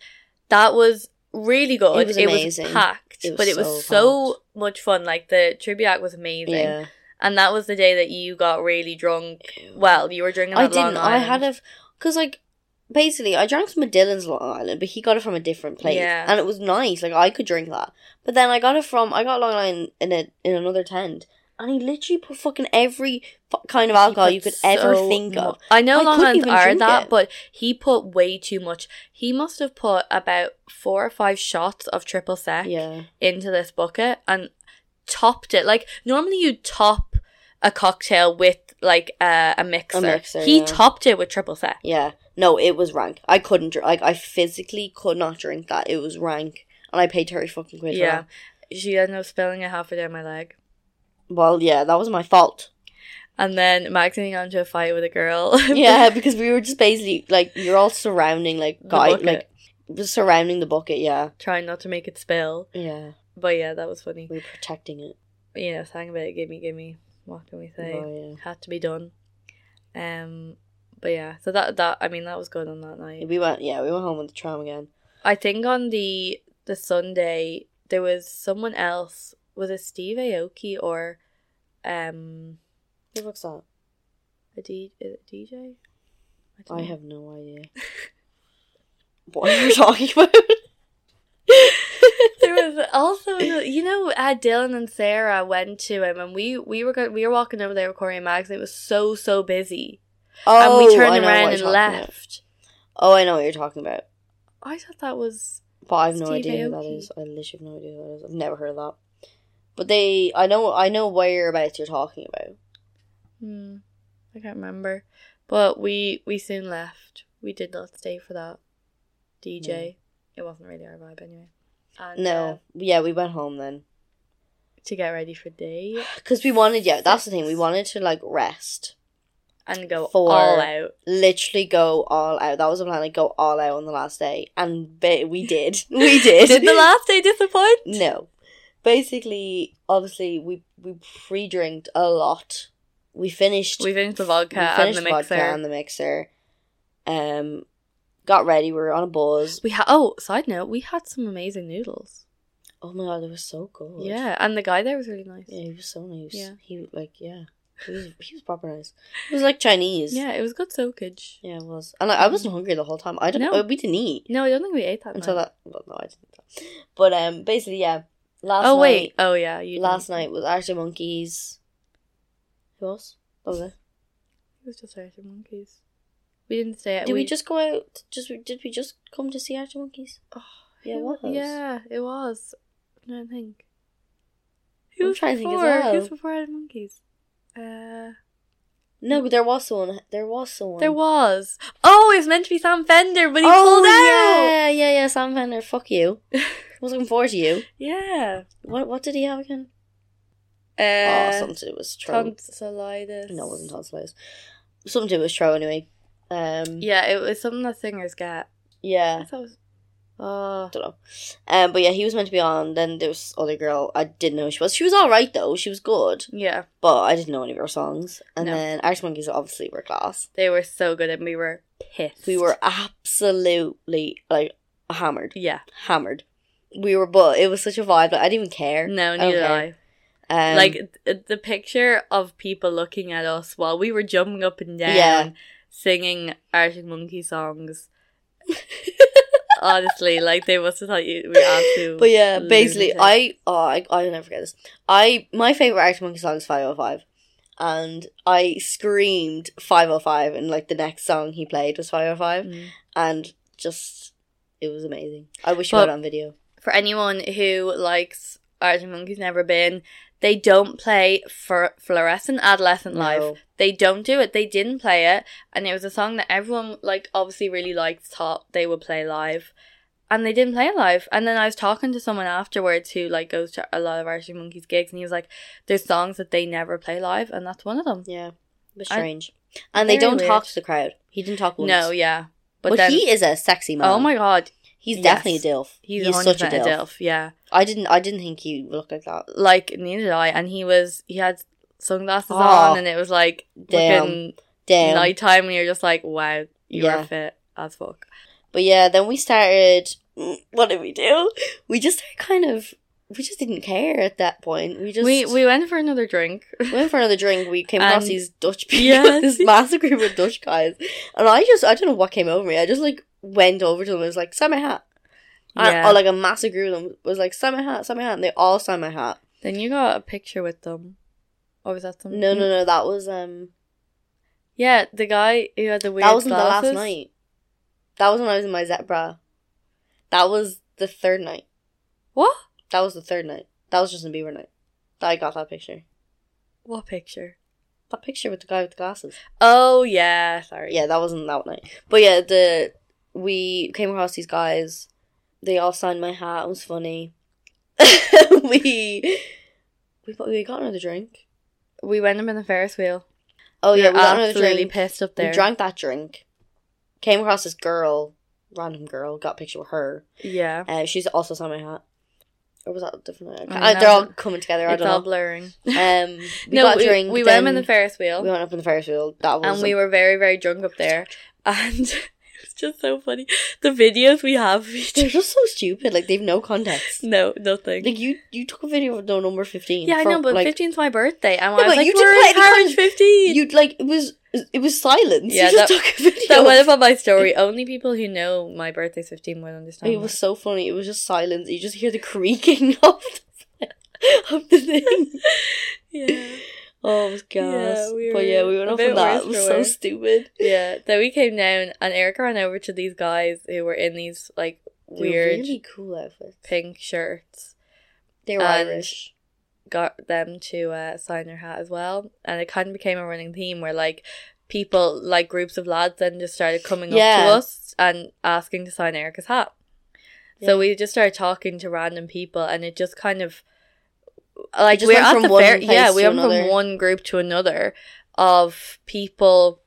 Speaker 4: that was really good.
Speaker 5: It was amazing.
Speaker 4: packed,
Speaker 5: It was
Speaker 4: but it was so,
Speaker 5: so packed.
Speaker 4: much fun. Like the tribute act was amazing.
Speaker 5: Yeah.
Speaker 4: And that was the day that you got really drunk. Well, you were drinking.
Speaker 5: I
Speaker 4: That
Speaker 5: didn't.
Speaker 4: Long
Speaker 5: I
Speaker 4: Island.
Speaker 5: had a, because like basically, I drank some of Dylan's Long Island, but he got it from a different place,
Speaker 4: Yeah.
Speaker 5: and it was nice. Like I could drink that, but then I got it from I got Long Island in a in another tent, and he literally put fucking every fu- kind of alcohol
Speaker 4: He
Speaker 5: you
Speaker 4: put
Speaker 5: could ever
Speaker 4: so
Speaker 5: think of.
Speaker 4: mu- I know
Speaker 5: I
Speaker 4: Long
Speaker 5: couldn't
Speaker 4: Islands
Speaker 5: even
Speaker 4: are
Speaker 5: drink
Speaker 4: that,
Speaker 5: it.
Speaker 4: but he put way too much. He must have put about four or five shots of triple sec
Speaker 5: Yeah,
Speaker 4: into this bucket and topped it. Like normally you top a cocktail with like a a mixer.
Speaker 5: mixer,
Speaker 4: he
Speaker 5: yeah.
Speaker 4: topped it with triple sec.
Speaker 5: yeah. No, it was rank. I couldn't drink. Like I physically could not drink that. It was rank, and I paid thirty fucking quid. Yeah.
Speaker 4: Yeah. She ended up spilling a half it down my leg.
Speaker 5: Well, yeah, that was my fault.
Speaker 4: And then Max getting onto a fight with a girl.
Speaker 5: yeah, because we were just basically like you're all surrounding like
Speaker 4: The
Speaker 5: guy
Speaker 4: bucket.
Speaker 5: like just surrounding the bucket. Yeah,
Speaker 4: Trying not to make it spill.
Speaker 5: yeah.
Speaker 4: But yeah, that was funny.
Speaker 5: We were protecting it.
Speaker 4: you know, sang about it, gimme, gimme. What can we say?
Speaker 5: Oh,
Speaker 4: Had to be done. Um, but yeah, so that that I mean that was good on that
Speaker 5: yeah.
Speaker 4: night.
Speaker 5: We went, yeah, we went home on the tram again.
Speaker 4: I think on the the Sunday there was someone else. Was it Steve Aoki or um
Speaker 5: Who looks that?
Speaker 4: a D, is it DJ? don't
Speaker 5: I
Speaker 4: know.
Speaker 5: have no idea. what are you talking about?
Speaker 4: there was also another- you know uh, Dylan and Sarah went to him and we we were go- we were walking over there with Corey and Mags and it was so so busy
Speaker 5: Oh,
Speaker 4: and we
Speaker 5: I
Speaker 4: turned
Speaker 5: know what
Speaker 4: around
Speaker 5: you're
Speaker 4: and
Speaker 5: talking about.
Speaker 4: left.
Speaker 5: Oh, I know what you're talking about.
Speaker 4: I thought that was
Speaker 5: But I have no
Speaker 4: Steve
Speaker 5: idea who that
Speaker 4: Aoki.
Speaker 5: is. I literally have no idea who that is. I've never heard of that. But they, I know, I know whereabouts you're talking about.
Speaker 4: Hmm, I can't remember. But we we soon left. We did not stay for that DJ. It wasn't really our vibe anyway. And, uh,
Speaker 5: No, yeah, we went home then
Speaker 4: to get ready for day
Speaker 5: because we wanted. Yeah, that's the thing. We wanted to like rest,
Speaker 4: and go
Speaker 5: For-
Speaker 4: all out.
Speaker 5: literally go all out. That was the plan. Like go all out on the last day, and ba- we did. We did.
Speaker 4: Did the last day disappoint?
Speaker 5: No. Basically, obviously, we we pre-drinked a lot. We finished.
Speaker 4: We finished the vodka
Speaker 5: we
Speaker 4: and the
Speaker 5: finished
Speaker 4: mixer.
Speaker 5: and the mixer. Um, got ready. We were on a buzz.
Speaker 4: we had oh side note we had some amazing noodles.
Speaker 5: oh my god, they were so good.
Speaker 4: Yeah, and the guy there was really nice.
Speaker 5: Yeah, he was so nice.
Speaker 4: Yeah.
Speaker 5: He like yeah. He was he was proper nice. It was like Chinese.
Speaker 4: Yeah, it was good soakage.
Speaker 5: Yeah, it was. And I, I wasn't hungry the whole time. I don't.
Speaker 4: No.
Speaker 5: We didn't eat.
Speaker 4: No, I don't think we ate that.
Speaker 5: until
Speaker 4: night.
Speaker 5: that well no i didn't but um basically yeah Last
Speaker 4: oh
Speaker 5: night,
Speaker 4: wait. Oh yeah. You
Speaker 5: last night was Arctic Monkeys. Who else? That was it.
Speaker 4: It was just Arctic Monkeys. We didn't say it.
Speaker 5: Did we, just go out? Just did we just come to see Arctic Monkeys?
Speaker 4: Oh.
Speaker 5: yeah,
Speaker 4: who-
Speaker 5: what?
Speaker 4: Yeah, it was. I don't think.
Speaker 5: I'm
Speaker 4: was
Speaker 5: trying to think as
Speaker 4: before?
Speaker 5: well.
Speaker 4: Who's before Arctic Monkeys? Uh,
Speaker 5: No, but there was someone. There was someone. Oh,
Speaker 4: there was. Oh, it was meant to be Sam Fender, but he pulled out.
Speaker 5: yeah, yeah, yeah. Sam Fender, fuck you. was looking forward to you.
Speaker 4: Yeah.
Speaker 5: What? What did he have again?
Speaker 4: Uh,
Speaker 5: oh, something to do with his throat.
Speaker 4: tonsillitis.
Speaker 5: no, it wasn't tonsillitis. Something to do with his throat anyway. Um, yeah,
Speaker 4: Yeah, it was something that singers get. I thought it was. Oh,
Speaker 5: don't know. Um, but yeah, he was meant to be on. Then there was this other girl. I didn't know who she was. She was all right though. She was good,
Speaker 4: yeah.
Speaker 5: but I didn't know any of her songs. And
Speaker 4: No.
Speaker 5: then Arctic Monkeys obviously were class.
Speaker 4: They were so good, and we were pissed.
Speaker 5: We were absolutely like hammered,
Speaker 4: Yeah.
Speaker 5: hammered. We were, but it was such a vibe. Like, I didn't even care.
Speaker 4: No,
Speaker 5: don't
Speaker 4: neither did
Speaker 5: care.
Speaker 4: I.
Speaker 5: Um,
Speaker 4: like th- the picture of people looking at us while we were jumping up and down
Speaker 5: Yeah.
Speaker 4: singing Arctic Monkey songs. Honestly, like they must have thought you we absolutely.
Speaker 5: But yeah, basically, I oh, I I'll never forget this. I my favorite Arctic Monkey song is Five Hundred Five, and I screamed Five Hundred Five, and like the next song he played was Five Hundred Five,
Speaker 4: Mm.
Speaker 5: and just it was amazing. I wish you had
Speaker 4: But-
Speaker 5: it on video.
Speaker 4: for anyone who likes Arctic Monkeys Never Been, they don't play for Fluorescent Adolescent
Speaker 5: No.
Speaker 4: Life. They don't do it. They didn't play it, and it was a song that everyone like obviously really liked. Thought they would play live, and they didn't play it live. And then I was talking to someone afterwards who like goes to a lot of Arctic Monkeys gigs, and he was like, "There's songs that they never play live, and that's one of them."
Speaker 5: Yeah, it was
Speaker 4: I-
Speaker 5: strange, and they
Speaker 4: very
Speaker 5: don't talk
Speaker 4: weird.
Speaker 5: to the crowd. He didn't talk once.
Speaker 4: No, yeah,
Speaker 5: but,
Speaker 4: but, then
Speaker 5: he is a sexy man.
Speaker 4: oh my god,
Speaker 5: he's
Speaker 4: yes.
Speaker 5: definitely a dilf.
Speaker 4: he's,
Speaker 5: He's, such a
Speaker 4: 100%
Speaker 5: dilf.
Speaker 4: Yeah.
Speaker 5: I didn't I didn't think he looked like that.
Speaker 4: like neither did I, and he was he had sunglasses
Speaker 5: Oh,
Speaker 4: on, and it was like
Speaker 5: damn,
Speaker 4: fucking
Speaker 5: Damn.
Speaker 4: nighttime, and you're just like, wow, you
Speaker 5: Yeah.
Speaker 4: are fit as fuck.
Speaker 5: But yeah, then we started. What did we do? We just kind of. We just didn't care at that point. We just
Speaker 4: we we went for another drink.
Speaker 5: went for another drink. We came across
Speaker 4: And-
Speaker 5: these Dutch people,
Speaker 4: Yes.
Speaker 5: this massive group of Dutch guys, and I just I don't know what came over me. I just like went over to them. and was like, "Sign my hat." And,
Speaker 4: Yeah.
Speaker 5: Or like a massive group of them was like, "Sign my hat, sign my hat," and they all signed my hat.
Speaker 4: Then you got a picture with them, or was that something?
Speaker 5: No, no, no. That was um.
Speaker 4: Yeah, the guy who had the weird.
Speaker 5: that wasn't
Speaker 4: glasses.
Speaker 5: the last night. That was when I was in my zebra. That was the third night.
Speaker 4: What?
Speaker 5: That was the third night. That was Justin Bieber night. That I got that picture.
Speaker 4: What picture?
Speaker 5: That picture with the guy with the glasses.
Speaker 4: Oh yeah, sorry.
Speaker 5: Yeah, that wasn't that night. But yeah, the we came across these guys. They all signed my hat. It was funny. we we got, we got another drink.
Speaker 4: we went up in the Ferris wheel.
Speaker 5: Oh yeah, we got another
Speaker 4: absolutely
Speaker 5: drink.
Speaker 4: pissed up there.
Speaker 5: We drank that drink. Came across this girl, random girl. Got a picture with her.
Speaker 4: Yeah,
Speaker 5: Uh, she's also signed my hat. Or was that a different? night?
Speaker 4: I
Speaker 5: I can't-
Speaker 4: know.
Speaker 5: they're all coming together. I
Speaker 4: it's all
Speaker 5: don't know.
Speaker 4: blurring.
Speaker 5: Um, we
Speaker 4: no,
Speaker 5: got a
Speaker 4: we,
Speaker 5: drink.
Speaker 4: we went up in
Speaker 5: then
Speaker 4: the Ferris wheel.
Speaker 5: We went up in the Ferris wheel. That was
Speaker 4: and we
Speaker 5: a-
Speaker 4: were very very drunk up there and it's just so funny the videos we have we
Speaker 5: They're
Speaker 4: just
Speaker 5: just so stupid. Like they've no context.
Speaker 4: no nothing
Speaker 5: Like you, you took a video of no number fifteen.
Speaker 4: yeah i
Speaker 5: for,
Speaker 4: know but
Speaker 5: like,
Speaker 4: 15's my birthday and
Speaker 5: No,
Speaker 4: i was
Speaker 5: but
Speaker 4: like
Speaker 5: you
Speaker 4: you
Speaker 5: did
Speaker 4: we're
Speaker 5: play
Speaker 4: in
Speaker 5: the
Speaker 4: carriage
Speaker 5: con-
Speaker 4: 15
Speaker 5: You like it was, it was silence.
Speaker 4: Yeah,
Speaker 5: you just
Speaker 4: that-
Speaker 5: took a video.
Speaker 4: that went up on my story only people who know my birthday's 15 will understand
Speaker 5: It was so funny. It was just silence. You just hear the creaking of the, of the thing.
Speaker 4: yeah
Speaker 5: Oh my gosh!
Speaker 4: we
Speaker 5: but yeah,
Speaker 4: were
Speaker 5: we went
Speaker 4: a
Speaker 5: off
Speaker 4: bit
Speaker 5: on
Speaker 4: worse
Speaker 5: that. It was
Speaker 4: for
Speaker 5: so
Speaker 4: wear.
Speaker 5: stupid.
Speaker 4: yeah then we came down and erica ran over to these guys who were in these like
Speaker 5: They were
Speaker 4: weird
Speaker 5: really cool outfits.
Speaker 4: pink shirts
Speaker 5: They were
Speaker 4: and-
Speaker 5: Irish.
Speaker 4: got them to uh, sign their hat as well, and it kind of became a running theme where like people, like groups of lads, then just started coming up
Speaker 5: Yeah.
Speaker 4: to us and asking to sign Erica's hat.
Speaker 5: Yeah.
Speaker 4: So we just started talking to random people, and it just kind of like
Speaker 5: just
Speaker 4: we're
Speaker 5: went
Speaker 4: at
Speaker 5: from
Speaker 4: the
Speaker 5: one
Speaker 4: fair,
Speaker 5: place
Speaker 4: yeah,
Speaker 5: to
Speaker 4: we went
Speaker 5: another.
Speaker 4: from one group to another of people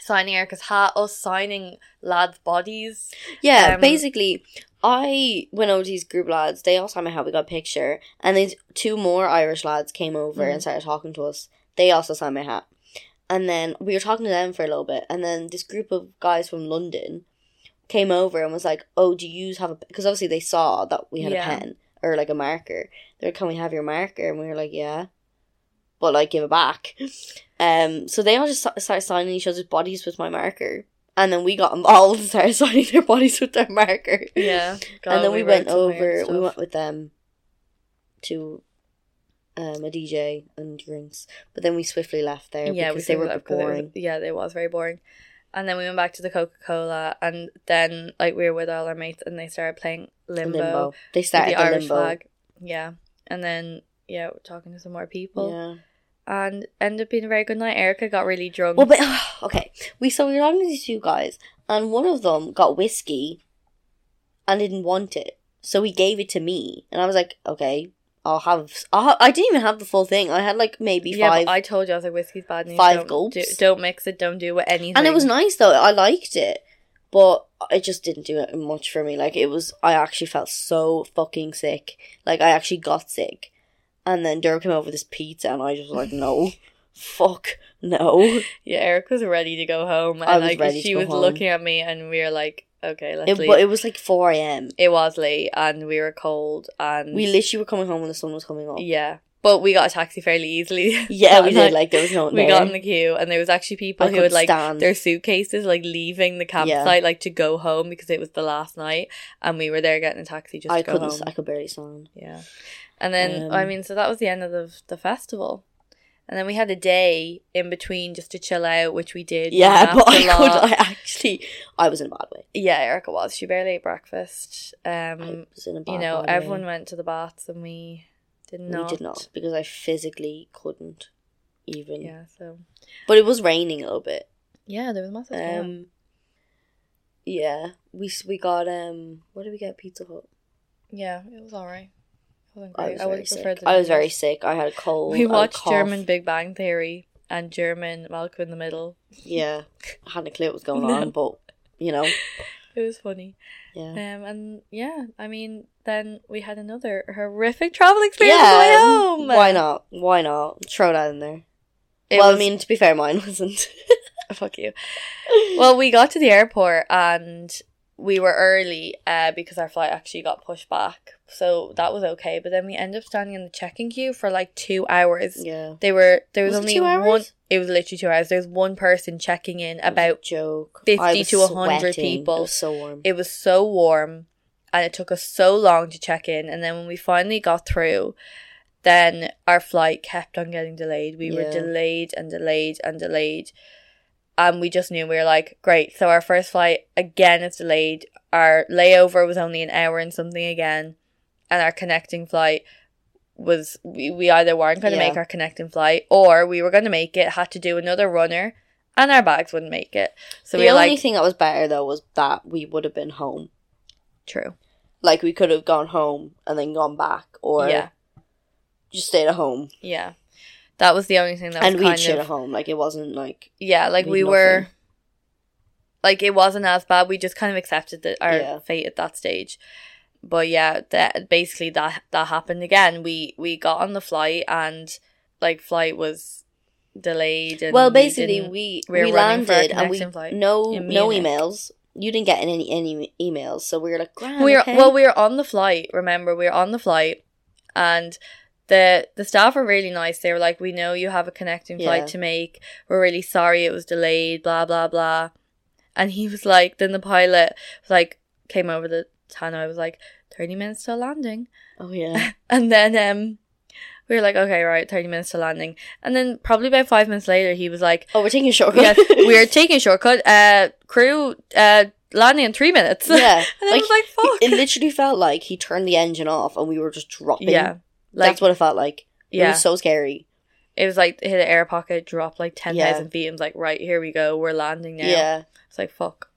Speaker 4: signing Erica's hat, us signing lads' bodies.
Speaker 5: Yeah,
Speaker 4: Um,
Speaker 5: basically, I went over to these group lads. They all signed my hat. We got a picture, and then two more Irish lads came over
Speaker 4: Mm.
Speaker 5: and started talking to us. They also signed my hat, and then we were talking to them for a little bit, and then this group of guys from London came over and was like, "Oh, do you have a?" Because obviously they saw that we had
Speaker 4: Yeah.
Speaker 5: a pen or like a marker. They're like, "Can we have your marker?" And we were like, "Yeah." But like give it back, um. So they all just sta- started signing each other's bodies with my marker, and then we got involved and started signing their bodies with their marker.
Speaker 4: Yeah, God,
Speaker 5: and then we,
Speaker 4: wrote
Speaker 5: went
Speaker 4: some weird
Speaker 5: over. We
Speaker 4: stuff.
Speaker 5: went with them. to um, a DJ and drinks. But then we swiftly left there
Speaker 4: yeah,
Speaker 5: because
Speaker 4: we
Speaker 5: they were a
Speaker 4: figured
Speaker 5: bit
Speaker 4: that out 'cause it was-
Speaker 5: boring.
Speaker 4: yeah, they was very boring. And then we went back to the Coca Cola, and then like we were with all our mates, and they started playing limbo,
Speaker 5: Limbo. They
Speaker 4: with
Speaker 5: started
Speaker 4: the
Speaker 5: the,
Speaker 4: Irish
Speaker 5: limbo.
Speaker 4: flag. Yeah, and then yeah, we're talking to some more people,
Speaker 5: Yeah.
Speaker 4: and ended up being a very good night. Erica got really drunk.
Speaker 5: Well, but okay, we so we were talking to these two guys, and one of them got whiskey, and didn't want it, so he gave it to me, and I was like, okay, I'll have. I'll ha- I didn't even have the full thing. I had like maybe
Speaker 4: yeah,
Speaker 5: five,
Speaker 4: but I told you I was like whiskey's bad news.
Speaker 5: five
Speaker 4: don't,
Speaker 5: gulps.
Speaker 4: Do, don't mix it. Don't do it. Anything.
Speaker 5: and it was nice though. I liked it, but it just didn't do it much for me. Like it was, I actually felt so fucking sick. Like I actually got sick, and then Derek came over with this pizza, and I just was like, no, fuck, no.
Speaker 4: Yeah, Erica was ready to go home, and
Speaker 5: I was
Speaker 4: like
Speaker 5: ready to
Speaker 4: she
Speaker 5: go
Speaker 4: was
Speaker 5: home.
Speaker 4: looking at me, and we were like, okay, let's
Speaker 5: It,
Speaker 4: leave.
Speaker 5: but it was like four a.m.
Speaker 4: It was late, and we were cold, and
Speaker 5: We literally were coming home when the sun was coming up.
Speaker 4: Yeah. But we got a taxi fairly easily.
Speaker 5: Yeah, we
Speaker 4: That
Speaker 5: did.
Speaker 4: night.
Speaker 5: Like there was no one
Speaker 4: we
Speaker 5: there.
Speaker 4: got in the queue and there was actually people
Speaker 5: I
Speaker 4: who had
Speaker 5: couldn't
Speaker 4: like
Speaker 5: stand.
Speaker 4: their suitcases like leaving the campsite like to go home because it was the last night and we were there getting a taxi just
Speaker 5: I
Speaker 4: to go
Speaker 5: couldn't.
Speaker 4: home.
Speaker 5: I could barely stand.
Speaker 4: Yeah. And then
Speaker 5: Um,
Speaker 4: I mean so that was the end of the the festival. And then we had a day in between just to chill out, which we did. We
Speaker 5: Yeah, but I
Speaker 4: laughed a lot.
Speaker 5: could. I actually, I was in a bad way.
Speaker 4: Yeah, Erica was. She barely ate breakfast.
Speaker 5: I
Speaker 4: Um
Speaker 5: was in a bad.
Speaker 4: you know,
Speaker 5: bad
Speaker 4: everyone
Speaker 5: Way.
Speaker 4: went to the baths and we did
Speaker 5: We
Speaker 4: not.
Speaker 5: did not because I physically couldn't even.
Speaker 4: Yeah, so
Speaker 5: But it was raining a little bit.
Speaker 4: yeah, there was massive. storm.
Speaker 5: Um. Yeah, we s- we got um. What did we get? Pizza Hut.
Speaker 4: Yeah, it was alright. It wasn't
Speaker 5: I
Speaker 4: great.
Speaker 5: was
Speaker 4: I, would
Speaker 5: very
Speaker 4: have preferred
Speaker 5: sick.
Speaker 4: the
Speaker 5: I was very
Speaker 4: noodles.
Speaker 5: sick. I had a cold.
Speaker 4: We
Speaker 5: I had a
Speaker 4: watched
Speaker 5: cough.
Speaker 4: German Big Bang Theory and German Malcolm in the Middle.
Speaker 5: Yeah, I hadn't a clue what was going
Speaker 4: No.
Speaker 5: on, but you know,
Speaker 4: It was funny. Um,
Speaker 5: yeah.
Speaker 4: and yeah, I mean, then we had another horrific travel experience on the way home.
Speaker 5: Why not? Why not? Throw that in there.
Speaker 4: It
Speaker 5: well,
Speaker 4: was-
Speaker 5: I mean, to be fair, mine wasn't.
Speaker 4: Fuck you. Well, we got to the airport and we were early uh, because our flight actually got pushed back. So that was okay. But then we ended up standing in the check-in queue for like two hours.
Speaker 5: yeah.
Speaker 4: They were there was,
Speaker 5: Was it
Speaker 4: only
Speaker 5: two hours?
Speaker 4: one. It was literally two hours. There was one person checking in about.
Speaker 5: joke.
Speaker 4: 50
Speaker 5: I was
Speaker 4: to 100
Speaker 5: sweating.
Speaker 4: people.
Speaker 5: It was so warm.
Speaker 4: It was so warm, and it took us so long to check in. And then when we finally got through, then our flight kept on getting delayed. We were
Speaker 5: Yeah.
Speaker 4: delayed and delayed and delayed, and we just knew we were like, great. So our first flight again is delayed. Our layover was only an hour and something again, and our connecting flight was we, we either weren't going to
Speaker 5: Yeah.
Speaker 4: make our connecting flight or we were going to make it had to do another runner and our bags wouldn't make it so
Speaker 5: the
Speaker 4: we were
Speaker 5: only
Speaker 4: like
Speaker 5: thing that was better though was that we would have been home.
Speaker 4: true
Speaker 5: Like we could have gone home and then gone back, or
Speaker 4: Yeah.
Speaker 5: just stayed at home
Speaker 4: Yeah. That was the only thing that was
Speaker 5: and
Speaker 4: kind
Speaker 5: we'd shit
Speaker 4: of
Speaker 5: at home. Like it wasn't like
Speaker 4: yeah, like
Speaker 5: We'd
Speaker 4: we
Speaker 5: nothing.
Speaker 4: were like it wasn't as bad. We just kind of accepted that our
Speaker 5: Yeah.
Speaker 4: fate at that stage. But yeah, that basically that that happened again. We we got on the flight and like flight was delayed. And
Speaker 5: well,
Speaker 4: we
Speaker 5: basically
Speaker 4: didn't-
Speaker 5: we
Speaker 4: we were
Speaker 5: we,
Speaker 4: running for our
Speaker 5: landed and we
Speaker 4: connection flight
Speaker 5: no
Speaker 4: in
Speaker 5: no
Speaker 4: Munich.
Speaker 5: emails. You didn't get any any emails, so we were like, Grand,
Speaker 4: we were
Speaker 5: okay.
Speaker 4: well we were on the flight remember we were on the flight and the the staff were really nice they were like we know you have a connecting flight
Speaker 5: Yeah.
Speaker 4: to make we're really sorry it was delayed blah blah blah and he was like then the pilot was like came over the Tano I was like 30 minutes till landing
Speaker 5: oh yeah,
Speaker 4: and then um we were like okay right 30 minutes till landing and then probably about five minutes later he was like
Speaker 5: oh we're taking a shortcut.
Speaker 4: yes we are taking a shortcut uh crew uh landing in three minutes
Speaker 5: yeah,
Speaker 4: and I was like fuck
Speaker 5: he- it literally felt like he turned the engine off and we were just dropping.
Speaker 4: yeah
Speaker 5: that's what it felt like. It
Speaker 4: Yeah.
Speaker 5: was so scary.
Speaker 4: It was like hit an air pocket, dropped like ten thousand
Speaker 5: Yeah.
Speaker 4: feet, and was like, right, here we go, we're landing now.
Speaker 5: Yeah.
Speaker 4: It's like fuck.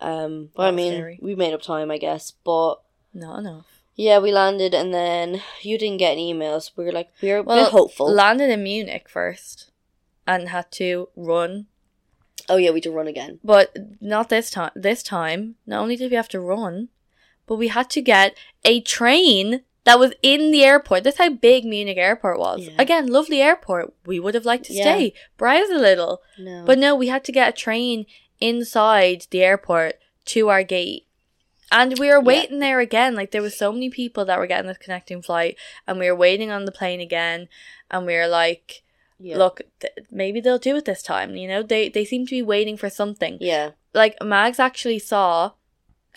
Speaker 5: Um, but I
Speaker 4: That's
Speaker 5: mean,
Speaker 4: scary.
Speaker 5: we made up time, I guess. But
Speaker 4: Not enough.
Speaker 5: yeah, we landed, and then you didn't get any emails. We were like, we were, we were hopeful.
Speaker 4: Landed in Munich first and had to run.
Speaker 5: oh yeah, we did run again.
Speaker 4: But not this time this time, not only did we have to run, but we had to get a train that was in the airport. That's how big Munich airport was.
Speaker 5: Yeah.
Speaker 4: Again, lovely airport. We would have liked to
Speaker 5: Yeah.
Speaker 4: stay. Browse a little.
Speaker 5: No,
Speaker 4: But no, we had to get a train inside the airport to our gate. And we were
Speaker 5: Yeah.
Speaker 4: waiting there again. Like there was so many people that were getting this connecting flight and we were waiting on the plane again and we were like,
Speaker 5: yeah.
Speaker 4: look, th- maybe they'll do it this time, you know? They they seem to be waiting for something.
Speaker 5: yeah,
Speaker 4: Like Mags actually saw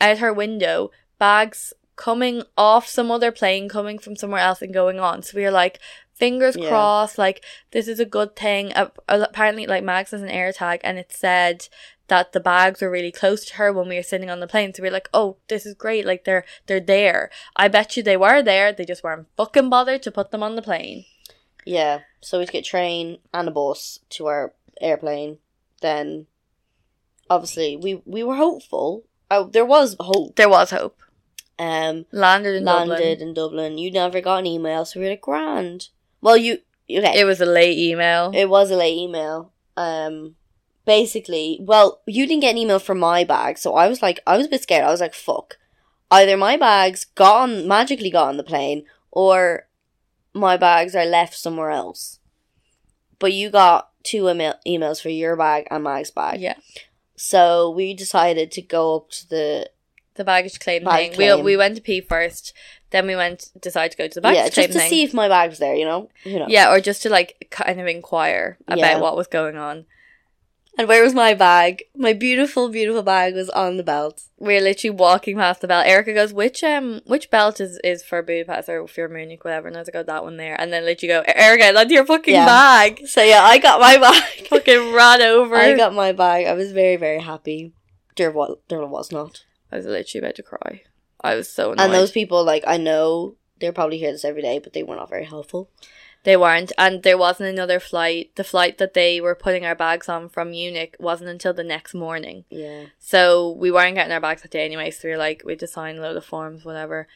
Speaker 4: out her window bags coming off some other plane, coming from somewhere else, and going on. So we were like, fingers
Speaker 5: Yeah.
Speaker 4: crossed, like this is a good thing. Uh, apparently, like Max has an air tag, and it said that the bags were really close to her when we were sitting on the plane. So we were like, oh, this is great. Like they're they're there. I bet you they were there. They just weren't fucking bothered to put them on the plane.
Speaker 5: Yeah. So we had to get a train and a bus to our airplane. Then, obviously, we we were hopeful. Oh, there was hope.
Speaker 4: There was hope.
Speaker 5: Um,
Speaker 4: Landed in
Speaker 5: landed
Speaker 4: Dublin.
Speaker 5: in Dublin. You never got an email, so we were like, grand. Well, you okay?
Speaker 4: It was a late email.
Speaker 5: It was a late email. Um, basically, well, you didn't get an email from my bag, so I was like, I was a bit scared. I was like, fuck. Either my bags got on, magically got on the plane, or my bags are left somewhere else. But you got two email- emails for your bag and Mag's bag.
Speaker 4: yeah,
Speaker 5: So we decided to go up to the
Speaker 4: the baggage claim
Speaker 5: Baggage
Speaker 4: thing. We
Speaker 5: claim.
Speaker 4: we went to pee first, then we went decided to go to the baggage
Speaker 5: yeah,
Speaker 4: claim
Speaker 5: just to
Speaker 4: thing.
Speaker 5: see if my bag was there. You know, you know.
Speaker 4: yeah, or just to like kind of inquire about
Speaker 5: Yeah.
Speaker 4: what was going on.
Speaker 5: And where was my bag? My beautiful, beautiful bag was on the belt.
Speaker 4: We're literally walking past the belt. Erica goes, "Which um, which belt is is for Budapest or for Munich, whatever?" And I was like, "Oh, that one there." And then literally go, "E-, "Erica, that's your fucking
Speaker 5: Yeah.
Speaker 4: bag."
Speaker 5: So yeah, I got my bag.
Speaker 4: fucking ran over.
Speaker 5: I got my bag. I was very, very happy. There was, there was not.
Speaker 4: I was literally about to cry. I was so annoyed.
Speaker 5: And those people, like, I know they're probably hear this every day, but they were not very helpful.
Speaker 4: They weren't, and there wasn't another flight. The flight that they were putting our bags on from Munich wasn't until the next morning.
Speaker 5: Yeah.
Speaker 4: So we weren't getting our bags that day anyway, so we were like, we had to sign a load of forms, whatever.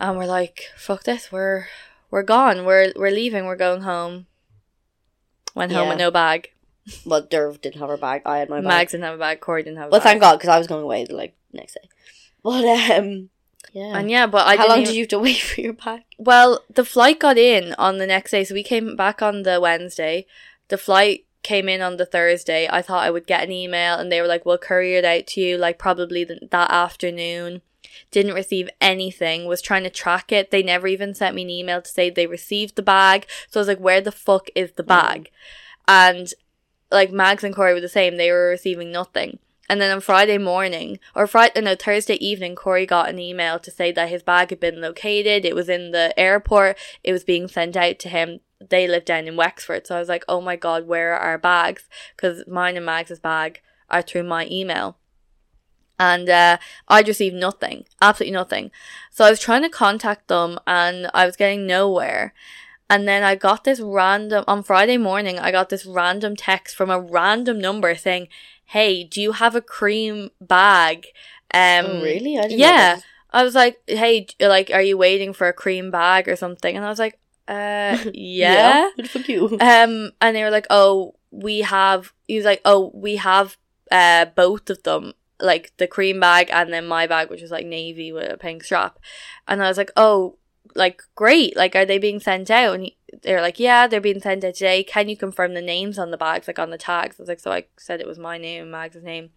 Speaker 4: And we're like, fuck this, we're we're gone. We're we're leaving, we're going home. Went home
Speaker 5: Yeah.
Speaker 4: with no bag.
Speaker 5: Well, Derv didn't have her bag. I had my bag.
Speaker 4: Mags didn't have a bag, Corey didn't have a
Speaker 5: well,
Speaker 4: bag.
Speaker 5: thank God, because I was going away, like, next day. But, um, yeah.
Speaker 4: And yeah, but I
Speaker 5: How
Speaker 4: didn't
Speaker 5: long
Speaker 4: even-
Speaker 5: did you have to wait for your bag?
Speaker 4: Well, the flight got in on the next day, so we came back on the Wednesday. The flight came in on the Thursday. I thought I would get an email, and they were like, "We'll courier it out to you, like probably th- that afternoon." Didn't receive anything. Was trying to track it. They never even sent me an email to say they received the bag. So I was like, "Where the fuck is
Speaker 5: Mm.
Speaker 4: the bag?" And like Mags and Corey were the same. They were receiving nothing. And then on Friday morning, or Friday, no, Thursday evening, Corey got an email to say that his bag had been located. It was in the airport. It was being sent out to him. They live down in Wexford. So I was like, oh my God, where are our bags? Because mine and Mags' bag are through my email. And uh, I'd received nothing, absolutely nothing. So I was trying to contact them and I was getting nowhere. And then I got this random, on Friday morning, I got this random text from a random number saying, Hey, do you have a cream bag? Um,
Speaker 5: Oh, really? I didn't know
Speaker 4: yeah.
Speaker 5: this.
Speaker 4: I was like, Hey, d- like, are you waiting for a cream bag or something? And I was like, uh, yeah.
Speaker 5: Who the fuck you?
Speaker 4: Um, and they were like, "Oh, we have." He was like, "Oh, we have uh both of them, like the cream bag and then my bag, which was like navy with a pink strap." And I was like, "Oh, like great! Like, are they being sent out?" And he, they were like, "Yeah, they're being sent out today. Can you confirm the names on the bags, like on the tags?" I was like, "So I said it was my name, and Mags' name."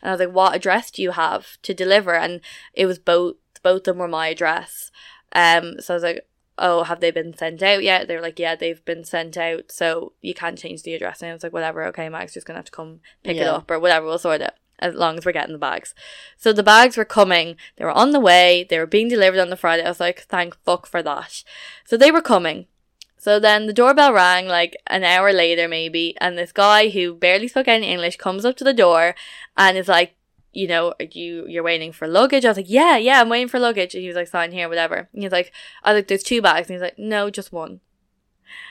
Speaker 4: And I was like, "What address do you have to deliver?" And it was both both of them were my address. Um, so I was like, oh, have they been sent out yet? They were like, yeah, they've been sent out, so you can't change the address. And I was like, whatever, okay, Max, just gonna have to come pick it
Speaker 5: Yeah.
Speaker 4: up or whatever, we'll sort it as long as we're getting the bags. So the bags were coming, they were on the way, they were being delivered on the Friday. I was like, thank fuck for that. So they were coming. So then the doorbell rang like an hour later, maybe, and this guy who barely spoke any English comes up to the door and is like, you know, are you you're waiting for luggage. I was like, yeah, yeah, I'm waiting for luggage. And he was like, sign here, whatever. And he's like, I was like, there's two bags. And he's like, no, just one.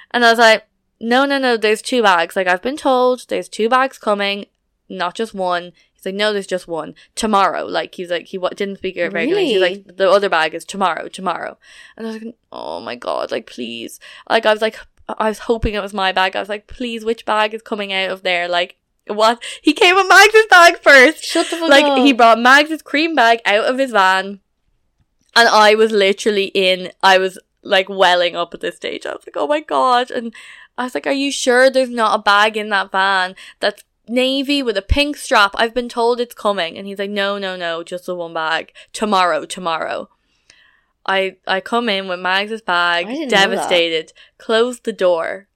Speaker 4: And I was like, no, no, no, there's two bags. Like I've been told, there's two bags coming, not just one. He's like, no, there's just one tomorrow. Like he's like, he what didn't speak it very good. He's
Speaker 5: Really?
Speaker 4: like, the other bag is tomorrow, tomorrow. And I was like, oh my god, like please, like I was like, I was hoping it was my bag. I was like, please, which bag is coming out of there? Like what? He came with Mags's bag first.
Speaker 5: Shut the fuck
Speaker 4: Like
Speaker 5: up.
Speaker 4: he brought Mags's cream bag out of his van, and I was literally in. I was like welling up at this stage. I was like, "Oh my god!" And I was like, "Are you sure there's not a bag in that van that's navy with a pink strap? I've been told it's coming." And he's like, "No, no, no, just the one bag. Tomorrow, tomorrow." I I come in with Mags's bag,
Speaker 5: I didn't know that.
Speaker 4: devastated. Close the door.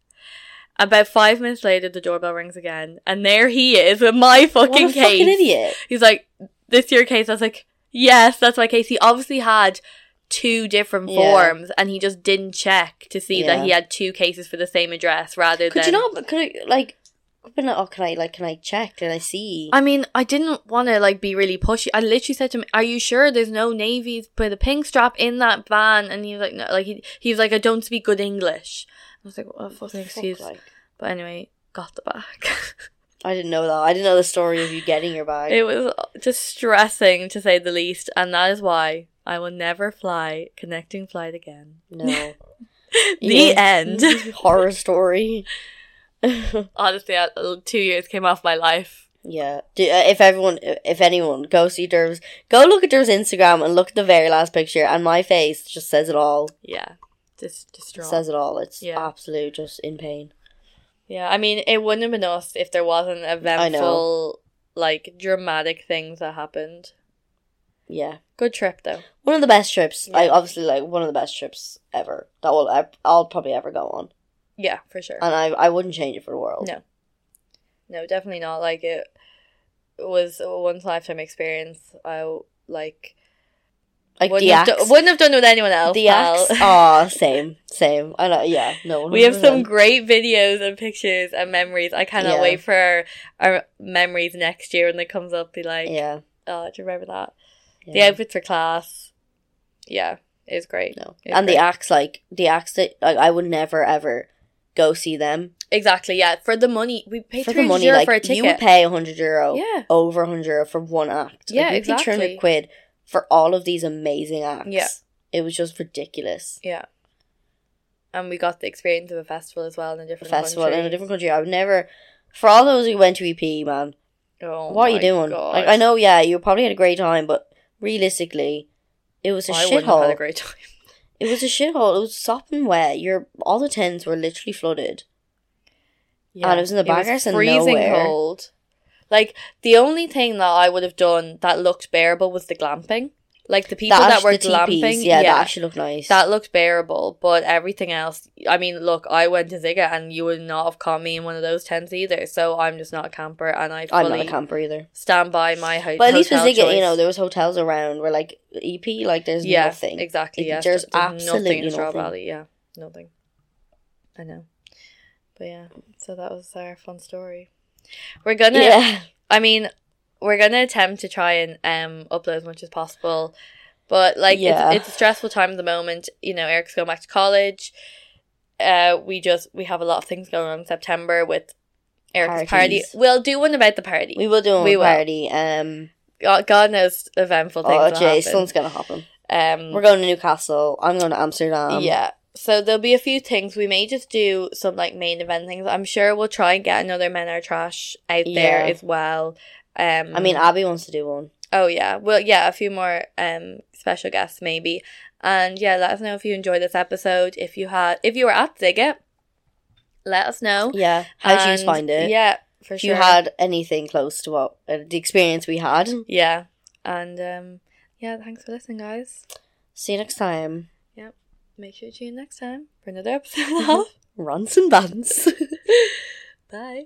Speaker 4: About five minutes later, the doorbell rings again, and there he is with my
Speaker 5: What
Speaker 4: fucking
Speaker 5: a
Speaker 4: case.
Speaker 5: fucking idiot.
Speaker 4: He's like, "This your case?" I was like, Yes, that's why Casey obviously had two different
Speaker 5: Yeah.
Speaker 4: forms and he just didn't check to see that
Speaker 5: Yeah.
Speaker 4: he had two cases for the same address rather
Speaker 5: Could
Speaker 4: than
Speaker 5: you not? But could I like? could I not- Oh, can I like? Can I check? Can I see?
Speaker 4: I mean, I didn't want to like be really pushy. I literally said to him, "Are you sure there's no navies by the pink strap in that van?" And he was like, "No." Like he, he was like, "I don't speak good English." I was like, "What a fucking
Speaker 5: Fuck,
Speaker 4: excuse?"
Speaker 5: like,
Speaker 4: But anyway, got the bag.
Speaker 5: I didn't know that. I didn't know the story of you getting your bag.
Speaker 4: it was just stressing to say the least, and that is why I will never fly connecting flight again.
Speaker 5: no.
Speaker 4: The
Speaker 5: Yeah.
Speaker 4: end.
Speaker 5: Horror story.
Speaker 4: Honestly, I, two years came off my life.
Speaker 5: Yeah. Do, uh, if everyone, if anyone, go see Derv's. Go look at Derv's Instagram and look at the very last picture, and my face just says it all.
Speaker 4: Yeah, just distraught.
Speaker 5: Says it all. It's
Speaker 4: Yeah.
Speaker 5: absolute just in pain.
Speaker 4: Yeah, I mean, it wouldn't have been us if there wasn't eventful, like dramatic things that happened.
Speaker 5: Yeah.
Speaker 4: Good trip though.
Speaker 5: One of the best trips. Like
Speaker 4: Yeah.
Speaker 5: obviously, like one of the best trips ever. That will I, I'll probably ever go on,
Speaker 4: Yeah, for sure.
Speaker 5: and I I wouldn't change it for the world.
Speaker 4: No, no, definitely not. Like it was a once in a lifetime experience. I like,
Speaker 5: Like
Speaker 4: wouldn't,
Speaker 5: the
Speaker 4: have
Speaker 5: axe.
Speaker 4: do- wouldn't have done it with anyone else.
Speaker 5: the Oh,
Speaker 4: pal.
Speaker 5: axe. Aw, same, same. I know. Yeah. No.
Speaker 4: we have some
Speaker 5: 100%.
Speaker 4: great videos and pictures and memories. I cannot
Speaker 5: Yeah.
Speaker 4: wait for our, our memories next year when it comes up. Be like,
Speaker 5: Yeah.
Speaker 4: oh, do you remember that? The
Speaker 5: yeah.
Speaker 4: outfits for class. Yeah, it was great.
Speaker 5: No.
Speaker 4: It was
Speaker 5: And the
Speaker 4: great.
Speaker 5: axe, like the axe, that like I would never ever go see them
Speaker 4: Exactly, yeah. For the money, we paid
Speaker 5: for
Speaker 4: three
Speaker 5: the money.
Speaker 4: euro
Speaker 5: Like
Speaker 4: for a
Speaker 5: you would
Speaker 4: ticket.
Speaker 5: pay hundred euro,
Speaker 4: Yeah.
Speaker 5: over hundred euro for one act.
Speaker 4: Yeah,
Speaker 5: like, you'd be throwing a
Speaker 4: exactly.
Speaker 5: quid for all of these amazing acts.
Speaker 4: Yeah.
Speaker 5: It was just ridiculous.
Speaker 4: yeah, and we got the experience of a festival as well in a
Speaker 5: A
Speaker 4: different
Speaker 5: festival
Speaker 4: country.
Speaker 5: in a different country. I would never. For all those who went to EP, man,
Speaker 4: Oh
Speaker 5: what are you
Speaker 4: my
Speaker 5: doing?
Speaker 4: God.
Speaker 5: Like I know, yeah, you probably had a great time, but realistically, it was a
Speaker 4: I wouldn't have had a
Speaker 5: shithole.
Speaker 4: great time.
Speaker 5: It was a shithole. It was sopping wet. Your all the tents were literally flooded. And it was in the back house in
Speaker 4: freezing
Speaker 5: nowhere.
Speaker 4: cold. Like the only thing that I would have done that looked bearable was the glamping. Like the people that
Speaker 5: act-
Speaker 4: were
Speaker 5: the
Speaker 4: glamping,
Speaker 5: teepees, yeah, that actually looked nice.
Speaker 4: That looked bearable, but everything else. I mean, look, I went to Ziga, and you would not have caught me in one of those tents either. So I'm just not a camper, and I fully
Speaker 5: I'm not a camper either.
Speaker 4: stand by my hotel.
Speaker 5: But at least with
Speaker 4: hotel
Speaker 5: Zigga, you
Speaker 4: choice.
Speaker 5: know, there was hotels around where like EP, like there's
Speaker 4: yeah,
Speaker 5: nothing.
Speaker 4: exactly.
Speaker 5: Like,
Speaker 4: Yeah,
Speaker 5: there's absolutely
Speaker 4: nothing in Straw
Speaker 5: nothing.
Speaker 4: Valley. Yeah, nothing. I know, but yeah. So that was our fun story. We're gonna.
Speaker 5: Yeah,
Speaker 4: I mean, we're gonna attempt to try and um upload as much as possible, but like
Speaker 5: Yeah.
Speaker 4: it's, it's a stressful time at the moment. You know, Eric's going back to college. Uh, we just we have a lot of things going on in September with Eric's
Speaker 5: Parties.
Speaker 4: party. We'll do one about the party.
Speaker 5: we will do a
Speaker 4: We will.
Speaker 5: party. Um,
Speaker 4: God, God knows eventful things.
Speaker 5: oh
Speaker 4: will
Speaker 5: jay,
Speaker 4: happen.
Speaker 5: something's gonna happen.
Speaker 4: Um,
Speaker 5: We're going to Newcastle. I'm going to Amsterdam.
Speaker 4: yeah. So there'll be a few things. We may just do some like main event things. I'm sure we'll try and get another Men Are Trash out there
Speaker 5: Yeah.
Speaker 4: as well. Um
Speaker 5: I mean, Abby wants to do one.
Speaker 4: Oh yeah. Well yeah, a few more um special guests maybe. And yeah, let us know if you enjoyed this episode. If you had if you were at Ziggit, let us know.
Speaker 5: Yeah, how do you
Speaker 4: And,
Speaker 5: find it?
Speaker 4: Yeah, for
Speaker 5: if
Speaker 4: sure.
Speaker 5: you had anything close to what uh, the experience we had.
Speaker 4: Yeah. And um yeah, thanks for listening guys.
Speaker 5: See you next time.
Speaker 4: Yep. Make sure you tune in next time for another episode
Speaker 5: Mm-hmm.
Speaker 4: of
Speaker 5: Runs and buns.
Speaker 4: Bye.